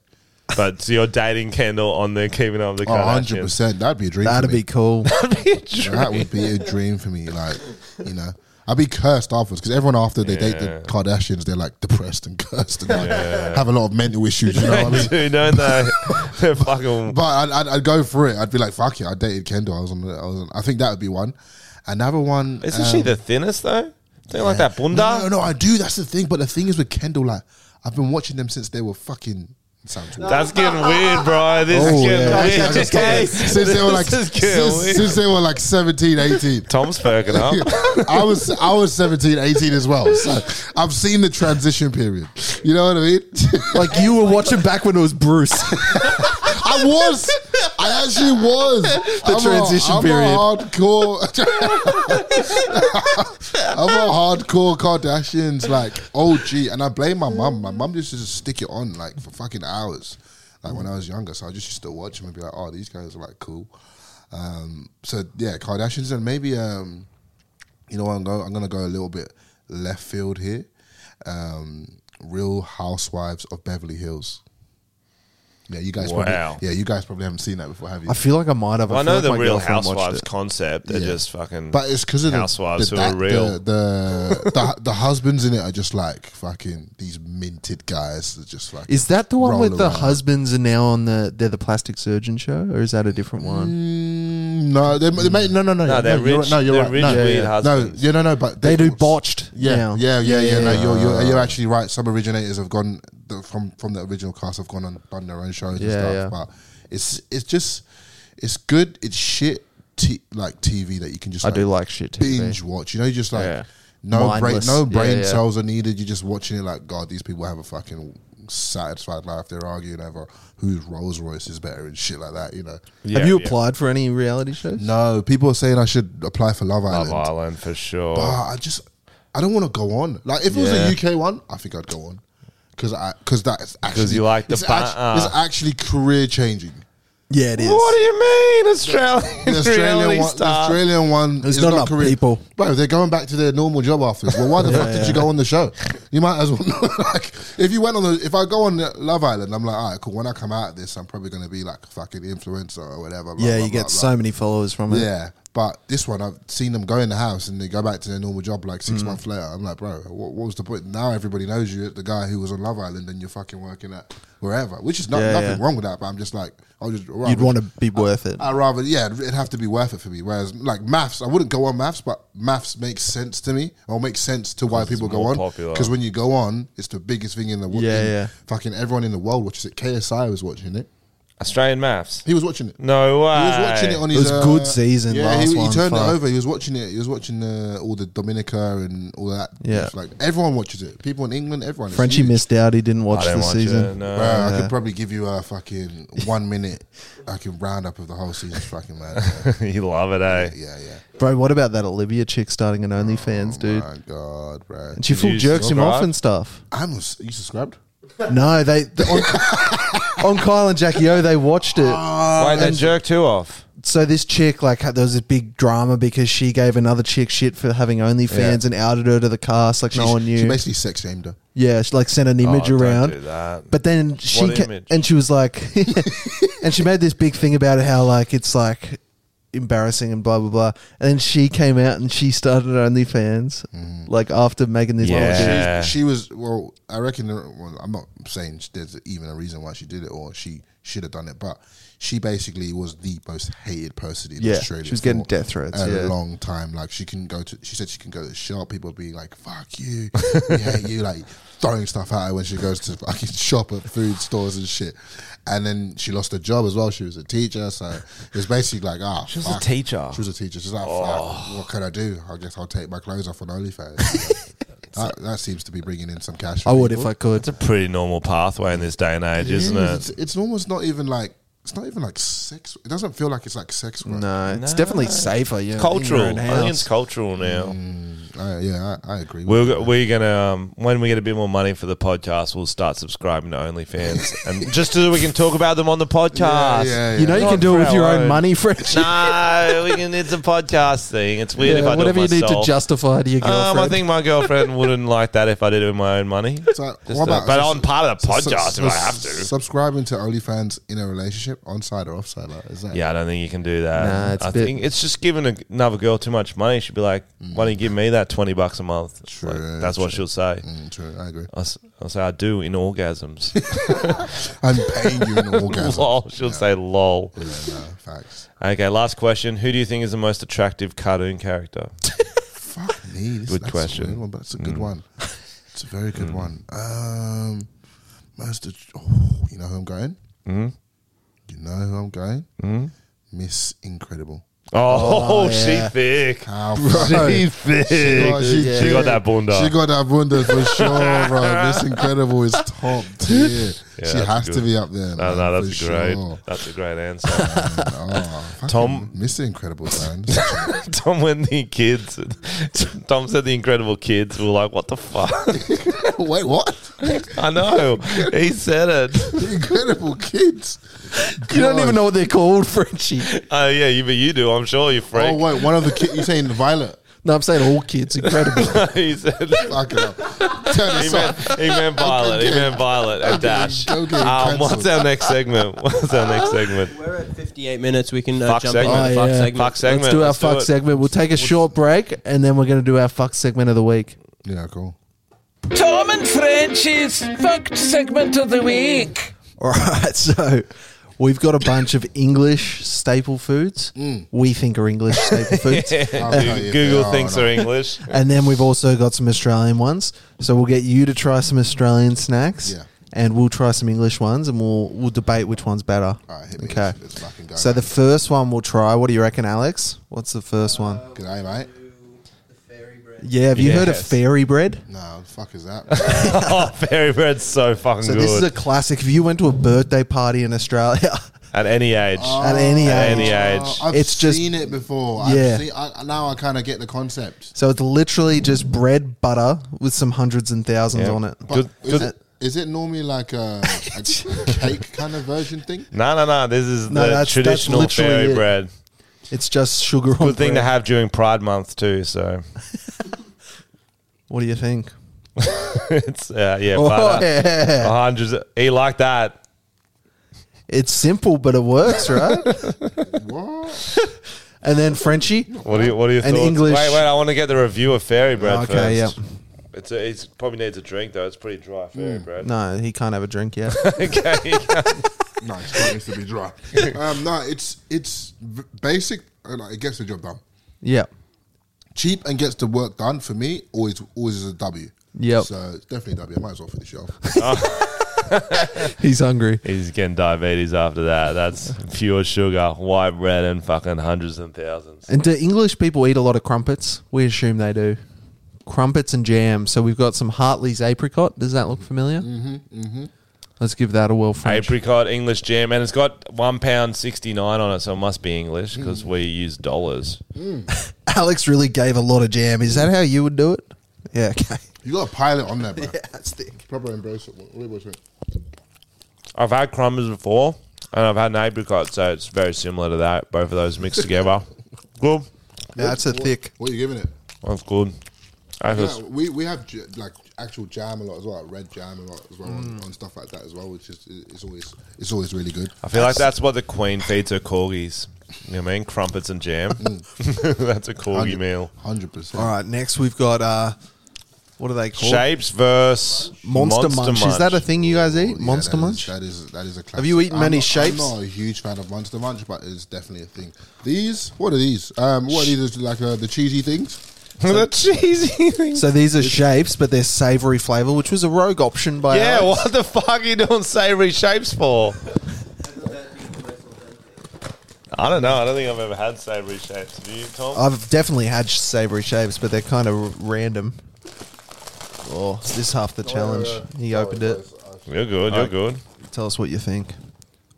But so you're dating Kendall on the Keeping Up with the Oh, Kardashians. 100%. That'd be a dream. That'd for me. be cool. That would be a dream for me. Like, you know, I'd be cursed afterwards because everyone after they date the Kardashians, they're like depressed and cursed and like, have a lot of mental issues. You know what I mean? Dude, don't they? They're fucking. But I'd, I'd, I'd go for it. I'd be like, fuck it. I dated Kendall. I was on. The, I, was on, I think that would be one. Another one. Isn't she um, the thinnest though? Something like that bunda. No, no, no, I do. That's the thing. But the thing is with Kendall, like, I've been watching them since they were fucking. Sounds weird. That's getting weird, bro. This Oh, is getting yeah. weird. Actually, I just thought that. Since they were like this is getting since, weird. since they were like 17, 18. Tom's perking up. I was I was 17, 18 as well. So I've seen the transition period. You know what I mean? Like you were watching back when it was Bruce. I was. I actually was. The transition a, I'm period. A hardcore. I'm a hardcore Kardashians like OG, and I blame my mum. My mum used to just stick it on like for fucking hours, like when I was younger. So I just used to watch them and be like, "Oh, these guys are like cool." Um, so yeah, Kardashians, and maybe um, you know what I'm going. I'm gonna go a little bit left field here. Um, Real Housewives of Beverly Hills. Yeah, you guys. Wow. Probably, yeah, you guys probably haven't seen that before, have you? I feel like I might have. I feel know like the my Real girlfriend watched Housewives it. concept. They're Yeah. just fucking. But it's because of the Housewives the, who are that- real. The the, the the husbands in it are just like fucking these minted guys. That just like Is that the one roll with the around. husbands are now on the they're the plastic surgeon show, or is that a different one? Mm, no, they, they may, no, no, no. no, they're You're, rich. right- no, you're they're right. rich, no, weird yeah. no, husbands. yeah, no, no. But They do botched. Yeah, now. yeah, yeah, yeah, No, you're, you're you're actually right. Some originators have gone the, from from the original cast have gone on done their own shows Yeah, yeah. and stuff. But it's it's just it's good. It's shit. T- like TV that you can just I do like shit TV. binge watch. You know, you just like Yeah. no brain, Mindless. no brain Yeah, yeah. cells are needed. You're just watching it like God. These people have a fucking satisfied life. They're arguing over whose Rolls Royce is better and shit like that. You know. Have you yeah. applied for any reality shows? No, people are saying I should apply for Love Island. Love Island for sure. But I just, I don't want to go on. Like if it Yeah. was a UK one, I think I'd go on because I because that's actually 'Cause you like the it's, ba- act- uh. it's actually career changing. Yeah, it is. what do you mean, Australian, The Australian reality one, the star? Australian one There's is not not, enough career. people. Bro, they're going back to their normal job after. Well, why the fuck did you go on the show? You might as well. like, if you went on the, if I go on Love Island, I'm like, all right, cool. When I come out of this, I'm probably going to be like a fucking influencer or whatever. blah, yeah, blah, you blah, get blah. so many followers from it. Yeah, but this one, I've seen them go in the house and they go back to their normal job like Mm. six months later. I'm like, bro, what, what was the point? Now everybody knows you, the guy who was on Love Island, and you're fucking working at wherever, which is not, Yeah, nothing yeah. wrong with that. But I'm just like, I'll just You'd want to be worth it. I rather, yeah, it'd have to be worth it for me. Whereas, like maths, I wouldn't go on maths, but maths makes sense to me, or makes sense to why people go more on. popular. Because when you go on, it's the biggest thing in the world. Yeah, yeah. Fucking everyone in the world watches it. KSI was watching it. Australian maths. He was watching it. No way. He was watching it on It his. was uh, good season, Yeah, last he, he one, turned fuck. it over. He was watching it. He was watching uh, all the Dominica and all that. Yeah. It's like everyone watches it. People in England, everyone. It's Frenchie huge. missed out. He didn't watch I don't the watch season. it. No. Bro, I could probably give you a fucking one minute, I can round up of the whole season. Fucking man, you love it, eh? yeah, yeah. Bro, what about that Olivia chick starting an OnlyFans, dude? My God, bro. And she full you jerks him subscribe? off and stuff. I'm a, you subscribed? No, they the- on, on Kyle and Jackie O, they watched it. Uh, Wait, they jerk two off. So this chick, like, had- there was a big drama because she gave another chick shit for having OnlyFans and outed her to the cast, like no one knew. She basically sex shamed her. yeah, she like sent an image Oh, don't around. do that. But then she What ca- image? and she was like, and she made this big thing about it, how like it's like embarrassing and blah blah blah. And then she came out and she started OnlyFans, like after making this. Yeah. bullshit. Yeah. She, she was well. I reckon. there- Well, I'm not saying there's even a reason why she did it or she should have done it, but she basically was the most hated person in Yeah, Australia. she was getting for death threats, A yeah. long time. Like she couldn't go to. She said she can go to the shop. People being like, "Fuck you, we hate you," like throwing stuff at her when she goes to fucking shop at food stores and shit. And then she lost her job as well. She was a teacher, so it was basically like, ah, was a fuck. teacher. She was a teacher. She's like, fuck, what can I do? I guess I'll take my clothes off on OnlyFans. that, that seems to be bringing in some cash. for I would people. if I could. It's a pretty normal pathway in this day and age, It isn't is. it? It's, it's almost not even like it's not even like sex. It doesn't feel like it's like sex work. No, it's definitely safer. Yeah, Cultural. I think it's cultural now. Mm. I, yeah, I, I agree. With We're, that. go- we're gonna um, when we get a bit more money for the podcast, we'll start subscribing to OnlyFans, and just so that we can talk about them on the yeah, podcast. yeah, You know, yeah. you can do it with your own Not money, French. No, we can. It's a podcast thing. It's weird if I do whatever it you need to myself. justify to your Um, girlfriend. I think my girlfriend wouldn't like that if I did it with my own money. So, Just, what uh, about but sus- on part of the sus- podcast if I sus- have to. Subscribing to OnlyFans in a relationship, on side or off side, like, is that? Yeah, I don't think you can do that. Nah, it's I a bit- think it's just giving a- another girl too much money. She'd be like, "Why don't you give me that twenty bucks a month?" It's Mm. True, like, that's what she'll say. Mm, true, I agree. I'll, s- I'll say I do in orgasms. I'm paying you an orgasm. lol. She'll say lol. Yeah, no, facts. Okay, last question. Who do you think is the most attractive cartoon character? Fuck me. This, Good that's question. Mm. A weird one, but it's a good one. It's a very good one. Um, most, att- oh, you know who I'm going? Mm. You know who I'm going? Miss Incredible. Oh, she thick. How bro, She thick. She got, that bunda. She got that bunda for sure, bro. Miss Incredible is top tier. she that's has good. to be up there. no, man, no, for that's a great. Um, sure. That's a great answer. Oh, fucking Tom- Miss Incredible, man. Tom when the kids, Tom said the Incredible Kids were like, "What the fuck." Wait, what? I know. He said it. Incredible kids. you don't God. even know what they're called, Frenchie. Oh yeah, you but you do. I'm sure you freak. Oh wait, one of the kids. You saying Violet? No, I'm saying all kids incredible. he said Fucking hell. Turn he this meant, off. he meant Violet. He meant Violet and Dash. go get Um, cancelled. what's our next segment? What's our next segment? We're at 58 minutes. We can uh, Fuck jump segment. into the Oh, fuck yeah. segment. Fuck segment. Let's do our Let's fuck it. segment. We'll take a short break and then we're going to do our fuck segment of the week. Yeah, cool. Tom and French's fucked segment of the week. All right, so we've got a bunch of English staple foods Mm. we think are English staple foods, I'll tell you Oh, Google if they are or thinks not. are English. and then we've also got some Australian ones. So we'll get you to try some Australian snacks, Yeah. and we'll try some English ones, and we'll we'll debate which one's better. All right, hit me. okay. Let's- let's fucking go. Uh, So the first one we'll try. What do you reckon, Alex? What's the first one? G'day, mate. Yeah, have you heard of Yes. fairy bread? Nah, the fuck is that? oh, fairy bread's so fucking So good. this is a classic. If you went to a birthday party in Australia At any age. at any At age, any age. Oh, I've It's just- seen it before. Yeah. I've seen, I, now I kind of get the concept. so it's literally just bread butter with some hundreds and thousands Yeah. on it. But Good- is, good- It, is it normally like a, a cake kind of version thing? No, no, no. This is No, the that's- that's traditional literally fairy it. bread. It's just sugar on Good thing to bread. have during Pride Month too. So What do you think? it's uh, yeah, Oh, but, uh, yeah. hundreds. He liked that. It's simple, but it works, right? What? and then Frenchie. What do you? What do you? And thoughts? English- Wait, wait. I want to get the review of fairy bread. Okay, first. yeah. It's, a, it's probably needs a drink though. It's pretty dry fairy bread. Mm, No, he can't have a drink yet. okay. no, it's it needs to be dry. um, no, it's it's v- basic. uh, Like, it gets the job done. yeah. Cheap and gets the work done for me. Always, always is a W. Yep. So it's definitely a W. I might as well finish it off. He's hungry. He's getting diabetes after that. That's pure sugar, white bread, and fucking hundreds and thousands. And do English people eat a lot of crumpets? We assume they do. Crumpets and jam. So we've got some Hartley's apricot. Does that look familiar? Mm-hmm. Mm-hmm. Let's give that a whirl, French. Apricot English jam, and it's got one pound sixty nine on it, so it must be English because we use dollars. Alex really gave a lot of jam. Is that how you would do it? Yeah. Okay. You got a pilot on there, bro. That's thick. Proper embrace it. Wait, wait, wait. I've had crumbs before, and I've had an apricot, so it's very similar to that. Both of those mixed together. Good. That's a thick. What are you giving it? That's good. That's Yeah, just- we we have j- like actual jam a lot as well, like red jam a lot as well, on, on stuff like that as well, which is it's always it's always really good. I feel like that's what the queen feeds her corgis. You know what I mean? Crumpets and jam. that's a corgi meal. Hundred percent. All right. Next, we've got uh, what are they called? Shapes versus Monster, munch. Is that a thing you guys eat? Oh, Yeah, Monster that is- munch. that is that is a. Classic. Have you eaten I'm many not- shapes? I'm not a huge fan of Monster Munch, but it's definitely a thing. These what are these? Um, what are these? Like uh, the cheesy things? the cheesy thing. so these are shapes, but they're savory flavor, which was a rogue option by Yeah, Alex. what the fuck are you doing savory shapes for? I don't know. I don't think I've ever had savory shapes. Have you, Tom? I've definitely had sh- savory shapes, but they're kind of random. Oh, this is half the challenge. He opened it. you're good. You're good. Tell us what you think.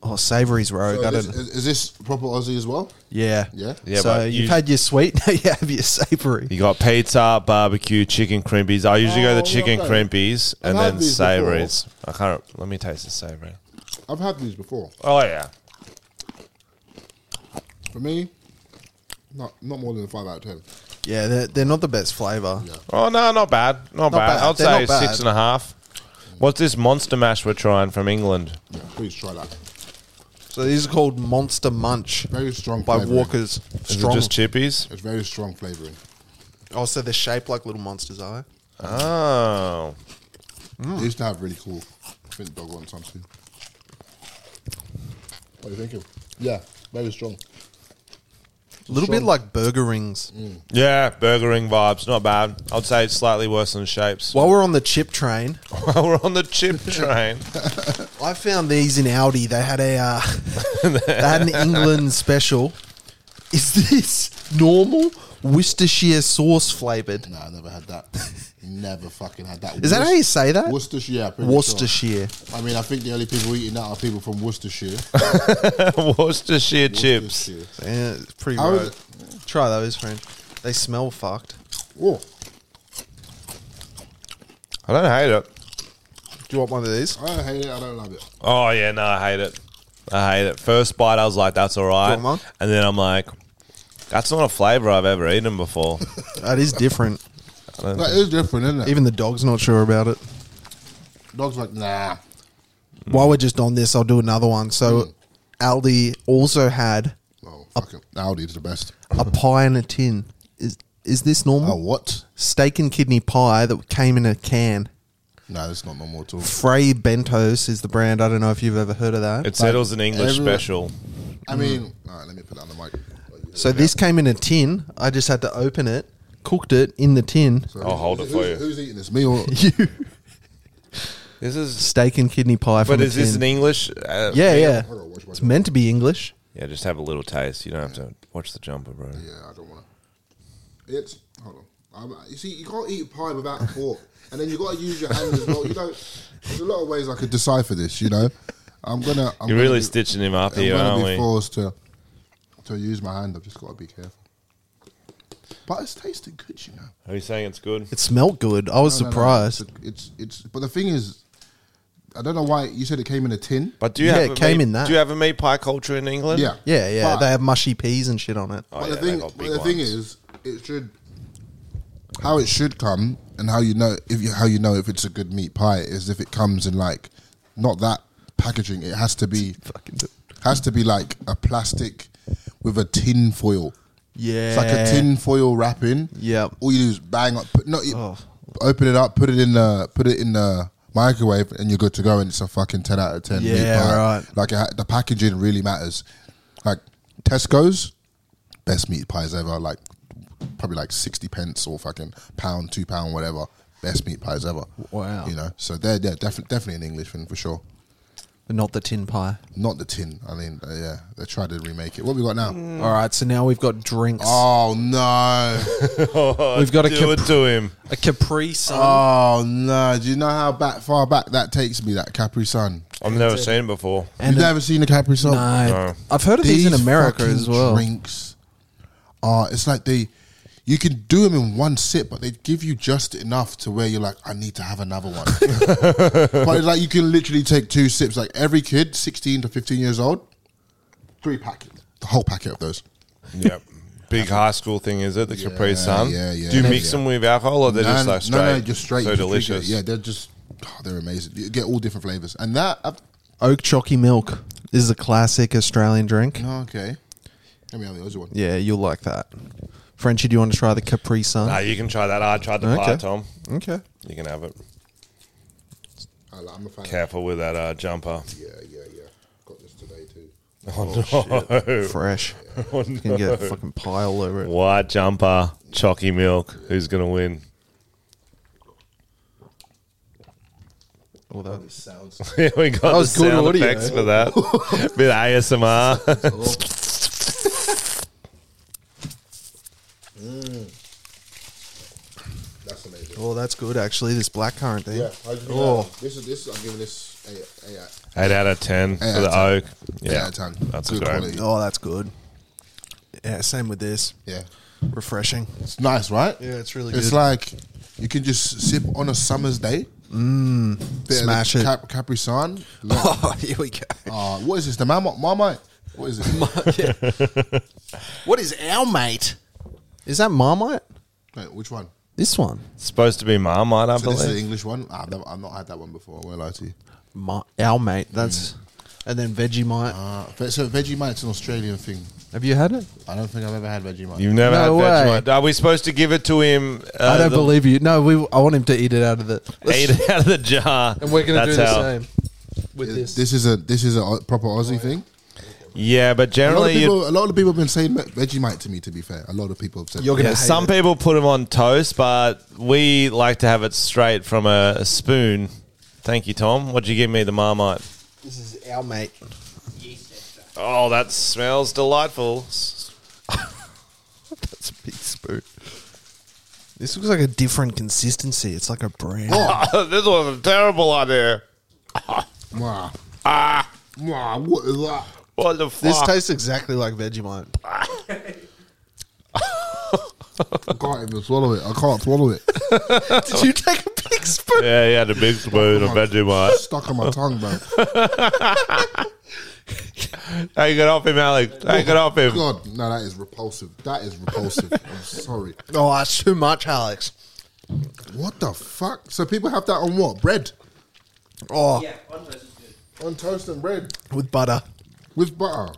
Oh, savory's rogue. So I this, don't. is, is this proper Aussie as well? yeah. Yeah. Yeah, so but you've you- had your sweet. Now you have your savory. You got pizza, barbecue, chicken crimpies. I usually go Oh, the chicken okay. crimpies and I've had then these before. savories. I can't. Let me taste the savory. I've had these before. Oh yeah. For me, not not more than a five out of ten. Yeah, they're, they're not the best flavor. Oh no, not bad. Not, bad. bad. I'd They're say not bad. six and a half. What's this monster mash we're trying from England? Yeah, please try that. So these are called Monster Munch Very strong eh? by flavouring. Walker's. Is Strong. it just chippies? It's very strong flavoring. oh, so they're shaped like little monsters, are they? Oh. Mm. They used to have really cool. I think dog wants something. What are you thinking? Yeah, very strong. A little bit like burger rings. Mm. Yeah, burger ring vibes. Not bad. I'd say it's slightly worse than shapes. While we're on the chip train, While we're on the chip train. I found these in Aldi. They had a uh, they had an England special. Is this normal Worcestershire sauce flavored? Nah, I never had that. never fucking had that. Is that how you say that? Worcestershire. pretty Worcestershire. sure. I mean, I think the only people eating that are people from Worcestershire. Worcestershire chips. Worcestershire. Yeah, it's pretty How rogue. is Try those, friend. They smell fucked. Oh, I don't hate it. Do you want one of these? I don't hate it. I don't love it. Oh yeah, no, I hate it. I hate it. First bite, I was like, "That's all right," Come on. and then I'm like, "That's not a flavor I've ever eaten before." That is different. That is different, isn't it? Even the dog's not sure about it. Dogs like nah. While we're just on this, I'll do another one. So, Aldi also had Oh Uh, fucking Aldi's the best. a pie in a tin. Is is this normal? Oh what? Steak and kidney pie that came in a can. No, it's not normal at all. Frey Bentos is the brand. I don't know if you've ever heard of that. It said it was an English everyone- special. I mean, all right, let me put that on the mic. so this came in a tin. I just had to open it, cooked it in the tin. I'll hold it Who's- for you. Who's eating this? Me or You This is, steak and kidney pie from but a is this tin. an English? Uh, yeah, yeah. Hold on, watch my It's meant to be English. yeah. Just have a little taste. You don't have to watch the jumper, bro. Yeah, I don't want to. It's hold on. I'm, you see, you can't eat pie without fork, and then you got to use your hand as well. You don't. There's a lot of ways I could decipher this. You know, I'm gonna. I'm You're gonna really be- stitching him up I'm here, gonna aren't be we? forced to to use my hand. I've just got to be careful. But it's tasted good, you know. Are you saying it's good? It smelled good. I was No, no, no. surprised. It's, it's it's. But the thing is, I don't know why you said it came in a tin. But do you Yeah, have it a came meat- in that. Do you have a meat pie culture in England? Yeah, Yeah, yeah. But- they have mushy peas and shit on it. Oh, But yeah, the they thing, got but big the thing ones. is, it should how it should come and how you know if you, how you know if it's a good meat pie is if it comes in like not that packaging. It has to be has to be like a plastic with a tin foil. Yeah. It's like a tin foil wrapping. Yep. All you do is bang up. Put, no, you- Oh. open it up. Put it in the put it in the microwave, and you're good to go. And it's a fucking ten out of ten. meat Yeah, pie. right. Like it, ha- the packaging really matters. Like Tesco's best meat pies ever. Like probably like sixty pence or fucking pound, two pound, whatever. Best meat pies ever. Wow. You know, so they're, they're defi- definitely an English thing for sure. But not the tin pie. Not the tin. I mean, uh, yeah, they tried to remake it. What we got now? All right, so now we've got drinks. Oh no. we've got a, Do it cap- to him. a Capri Sun. Oh no! Do you know how back far back that takes me? That Capri Sun. I've never seen it before. And You've a- never seen a Capri Sun? No. I've heard of these, in America fucking as well. Drinks are it's like they you can do them in one sip, but they give you just enough to where you're like, I need to have another one. but it's like you can literally take two sips. Like every kid, sixteen to fifteen years old, three packet, the whole packet of those. Yep. Big high school thing, is it? The Capri Sun. yeah, yeah, Do you mix yeah. them with alcohol, or they're just like straight? no, no, just straight. So you just drink it. delicious. Yeah, they're just oh, they're amazing. You get all different flavors, and that. I've, Oak chalky milk is a classic Australian drink. Oh, okay. Let me have the other one. Yeah, you'll like that. Frenchie, do you want to try the Capri Sun? Nah, you can try that. I tried the pie, Okay. Tom. okay. You can have it. I like- I'm a fan. Careful with that uh, jumper. Yeah, yeah, yeah. Got this today too. Oh, no. Fresh. You can get a fucking pie all over it. White jumper, chalky milk. Who's going to win? All that. Sounds. Yeah, we got was the good sound audio. effects for that. Bit of ASMR. That's amazing. Oh, that's good, actually. This blackcurrant thing. Yeah. I, Oh. This is this. I'm giving this eight, eight, out- Eight out of ten Eight for the out oak. eight Yeah, out of ten. That's good great. quality. Oh, that's good. Yeah, same with this. Yeah. Refreshing. It's nice, right? Yeah, it's really It's good. like you can just sip on a summer's day. Mmm. Mm. Smash it. Cap, Capri Sun. Oh, here we go. Uh, what is this? The Marmite? Marmite? What is it? What is our mate? Is that Marmite? Wait, which one? This one. It's supposed to be Marmite, I So this is the believe. English one. I've, never, I've not had that one before. I won't lie to you. My, our mate. That's. And then Vegemite. Uh, ve- so Vegemite's an Australian thing. Have you had it? I don't think I've ever had Vegemite. You've never No had way. Vegemite. Are we supposed to give it to him? Uh, I don't the- believe you. No, we. I want him to eat it out of the. Eat it out of the jar. And we're going to do That's the how- same with this. this, this is a this is a o- proper Oh, Aussie thing. Yeah, but A lot, of generally, you- people, a lot of people have been saying me- Vegemite to me. To be fair, a lot of people have said You're yeah, gonna hate some it. people put them on toast, but we like to have it straight from a, a spoon. Thank you, Tom. What'd you give me, the Marmite? This is our mate. Oh, that smells delightful. S- That's a big spoon. This looks like a different consistency. It's like a brand. this was a terrible idea. Mwah. Mwah, what is that? What the this fuck? tastes exactly like Vegemite. I can't even swallow it. I can't swallow it. Did you take a big spoon? yeah, he had a big spoon of Vegemite. Stuck on my tongue, bro. Take it off him, Alex. Take it off him. God, no, that is repulsive. That is repulsive. I'm sorry. Oh, that's too much, Alex. What the fuck? So people have that on what? Bread. Oh, On toast and bread. with butter. With butter.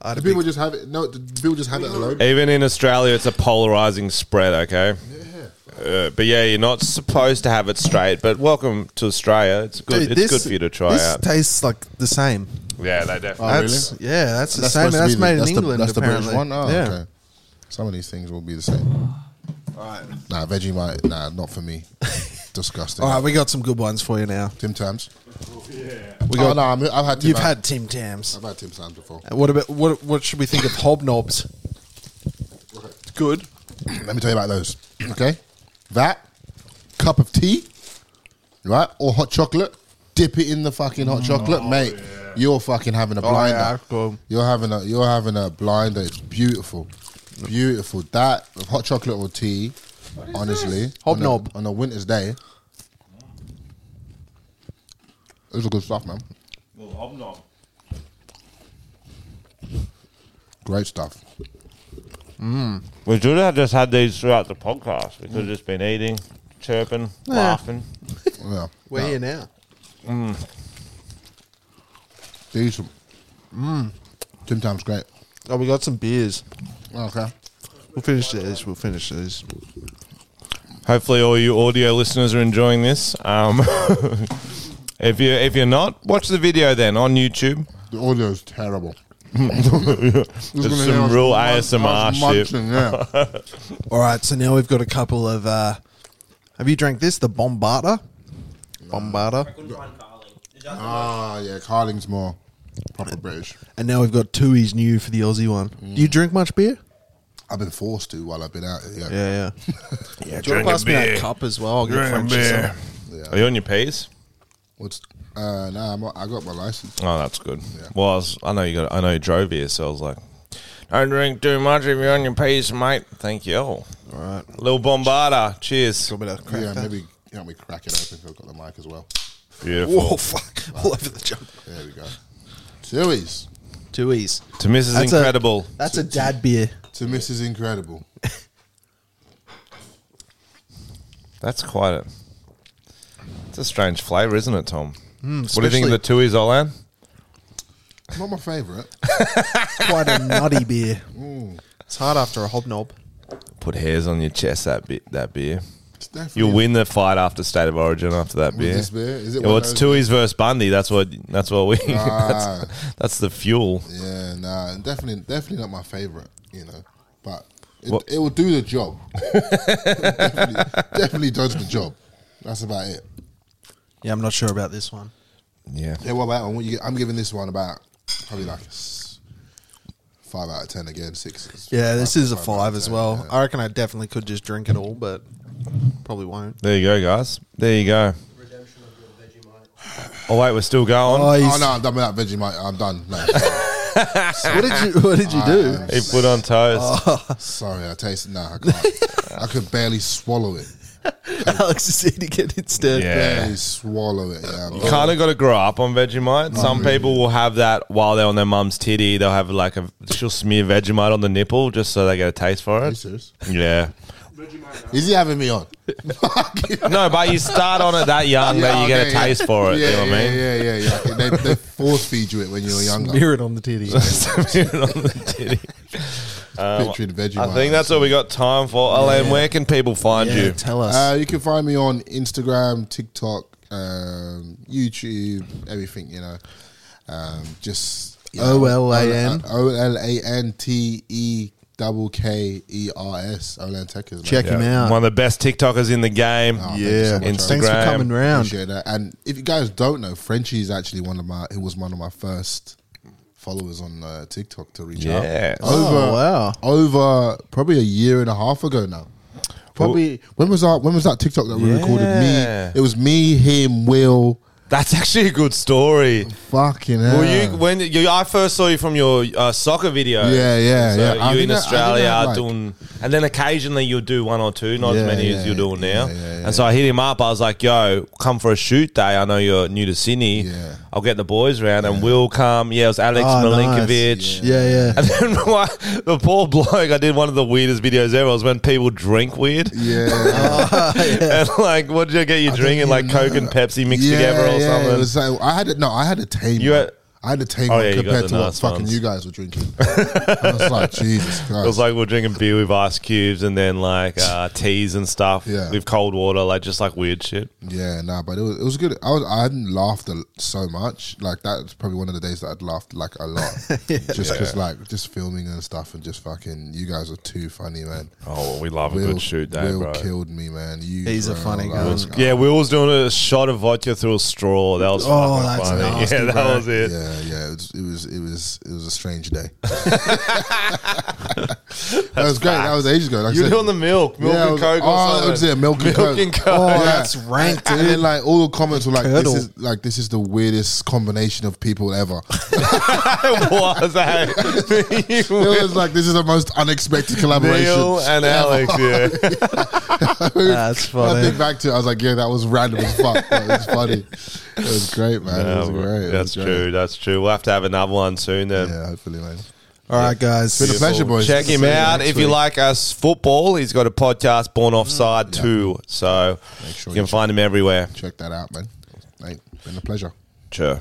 I had Do a people big- just have it no do people just have it alone? Even in Australia, it's a polarizing spread, okay? Uh, but yeah, you're not supposed to have it straight, but welcome to Australia. It's good. Dude, it's this- good for you to try this out. tastes like the same. yeah, they definitely. That's yeah, Oh, that's the same. supposed to That's be the- made in that's the- England. that's the apparently. British one? Oh, yeah. okay. Some of these things will be the same. Nah, Vegemite, nah, not for me. Disgusting. All right, we got some good ones for you now. Tim Tams. We Oh, got. no, I'm, I've had Tim you've Tam- had Tim Tams. I've had Tim Tams before. What about what? What should we think of hobnobs? Good. Let me tell you about those. Okay, that cup of tea, right, or hot chocolate. Dip it in the fucking hot chocolate, mate. You're fucking having a Mm, Oh, blinder. yeah, that's cool. You're having a you're having a blinder. It's beautiful, beautiful. That with hot chocolate or tea, honestly, on a- Hobnob. on a winter's day. Those are good stuff, man. Great stuff. We should have just had these throughout the podcast. We could have just been eating, chirping, laughing. Yeah, We're here now. decent. Mm. Tim Tam's great. Oh, we got some beers. Okay. We'll finish these. We'll finish these. Hopefully, all you audio listeners are enjoying this. Um, if you if you're not, watch the video then on YouTube. The audio is terrible. You're There's gonna hear some us real munch- ASMR us shit. munching, yeah. All right, so now we've got a couple of. Uh, have you drank this? The Bombarda? Bombarda. ah, yeah. Carling's more proper British. And now we've got Tui's new for the Aussie one. Do you drink much beer? I've been forced to while I've been out here. Yeah. Yeah, yeah. yeah Do you drink want a to pass me that beer. cup as well? I'll get French or something. Are you on your peas? What's, uh, nah, I'm, I got my license. Oh, that's good. Well, I, was, I know you got. I know you drove here, so I was like, don't drink too much if you're on your peas, mate. Thank you. All right, little bombarda. Cheers. Do you want me to crack Yeah, that? maybe help me crack it open if I've got the mic as well. Beautiful. Whoa, fuck. All over the jump. There we go. Tui's Tui's. To Mrs. That's a- Incredible. That's a dad beer. to Mrs. Incredible. That's quite a. It's a strange flavor, isn't it, Tom? what do you think Hmm, especially- of the two is, Olan? Not my favourite. Quite a nutty beer. It's hard after a hobnob. Put hairs on your chest. That bit. That beer. It's definitely You'll win the fight after State of Origin after that With beer. this beer? Is it Yeah, well, one of it's those- Tui's versus Bundy. That's what. That's what we. Ah. that's, that's the fuel. Yeah, nah, definitely, definitely not my favorite. You know, but it, What- it will do the job. definitely, definitely does the job. That's about it. Yeah, I'm not sure about this one. Yeah. Yeah, what about that one? What you get- I'm giving this one about probably like a s- five out of ten again, six. Yeah, this is a out five of as 10, well. yeah. I reckon I definitely could just drink it all, but probably won't. There you go, guys. There you go. Oh wait, we're still going. Oh, Oh he's- no, I'm done with that Vegemite. I'm done. No, what did you What did you do? he put on toast. Oh, sorry, I taste. Nah, I can't. I could barely swallow it. Alex is eating it instead. yeah. Barely swallow it. Yeah, I'm You kind of got to grow up on Vegemite. Some people will have that while they're on their mum's titty. They'll have like a she'll smear Vegemite on the nipple just so they get a taste for Are you it. serious? Yeah. Is he having me on? No, but you start on it that young that you get a okay, yeah. taste for it. Yeah, you know what yeah, I mean? yeah, yeah, yeah. They, they force feed you it when you're younger. Smear it on the titty. Smear it on the titty. Pictured veggie. I think that's all we got time for. Elaine, where can people find Yeah, you? tell us. Uh, you can find me on Instagram, TikTok, um, YouTube, everything. You know, um, just you know, OLAN. O L A N T E double K E R E S. Olan Techers. man. Check him Yeah. out. One of the best TikTokers in the game. Oh, thank you yeah, so much, Instagram. thanks for coming I round. appreciate that. And if you guys don't know, Frenchie is actually one of my. He was one of my first followers on uh, TikTok to reach out. Yeah. Oh, wow. over probably a year and a half ago now. Probably when was our when was that TikTok that we recorded? Yeah. Me, it was me, him, Will, That's actually a good story. fucking hell. Well, you when you, I first saw you from your uh, soccer video. Yeah, yeah, So yeah. I You think in I- I Australia think I are like- doing, and then occasionally you'll do one or two, not as Yeah, many yeah, as you're doing now. yeah, yeah, yeah. And so I hit him up. I was like, "Yo, come for a shoot day. I know you're new to Sydney. Yeah. I'll get the boys round, and we'll come." Yeah, it was Alex Oh, Milinkovic. nice. Yeah, yeah. And then my, the poor bloke, I did one of the weirdest videos ever. Was when people drink weird. Ah. yeah, And like, what did you get you drinking? even Like Coke know and that. Pepsi mixed yeah, together or yeah, something. It was like, I had a, no, I had a tame. You one. had- I had a tame Oh, one yeah, you got compared the to what nice fucking ones. you guys were drinking. I was like, Jesus Christ. It was like we are drinking beer with ice cubes and then like uh, teas and stuff Yeah. with cold water, like just like weird shit. Yeah, nah, but it was it was good. I was I hadn't laughed a l so much. Like that's probably one of the days that I'd laughed like a lot, just because like just filming and stuff and just fucking. You guys are too funny, man. Oh, well, we love a good shoot day, Will bro. killed me, man. You, He's a bro, funny like, guy. I was- Yeah, Will was doing a shot of vodka through a straw. That was Oh, fucking that's funny. nasty, yeah, that bro. was it. Yeah, yeah, it was, it was, it was, it was a strange day. That was great. That was ages ago. Like I You're said. doing the milk, milk Yeah, I and was- coke. oh, or that something. was it, milk and coke. and Oh, Yeah. that's ranked, And dude. then like all the comments were like, Curdle. "This is like this is the weirdest combination of people ever." it was that. it was like this is the most unexpected collaboration. Neil and Alex, yeah. That's When I funny. think back to, it, I was like, "Yeah, that was random as fuck." But it was funny. It was great, man. it was great. It That's was great. true. That's true. We'll have to have another one soon then. Yeah, hopefully, man. All right, guys. Been a pleasure, boys. Check him See you out. next If you week. like us football, he's got a podcast, Born Offside 2. So Mm. Make sure you can you find him everywhere. check that out, man. Hey, been a pleasure. Sure.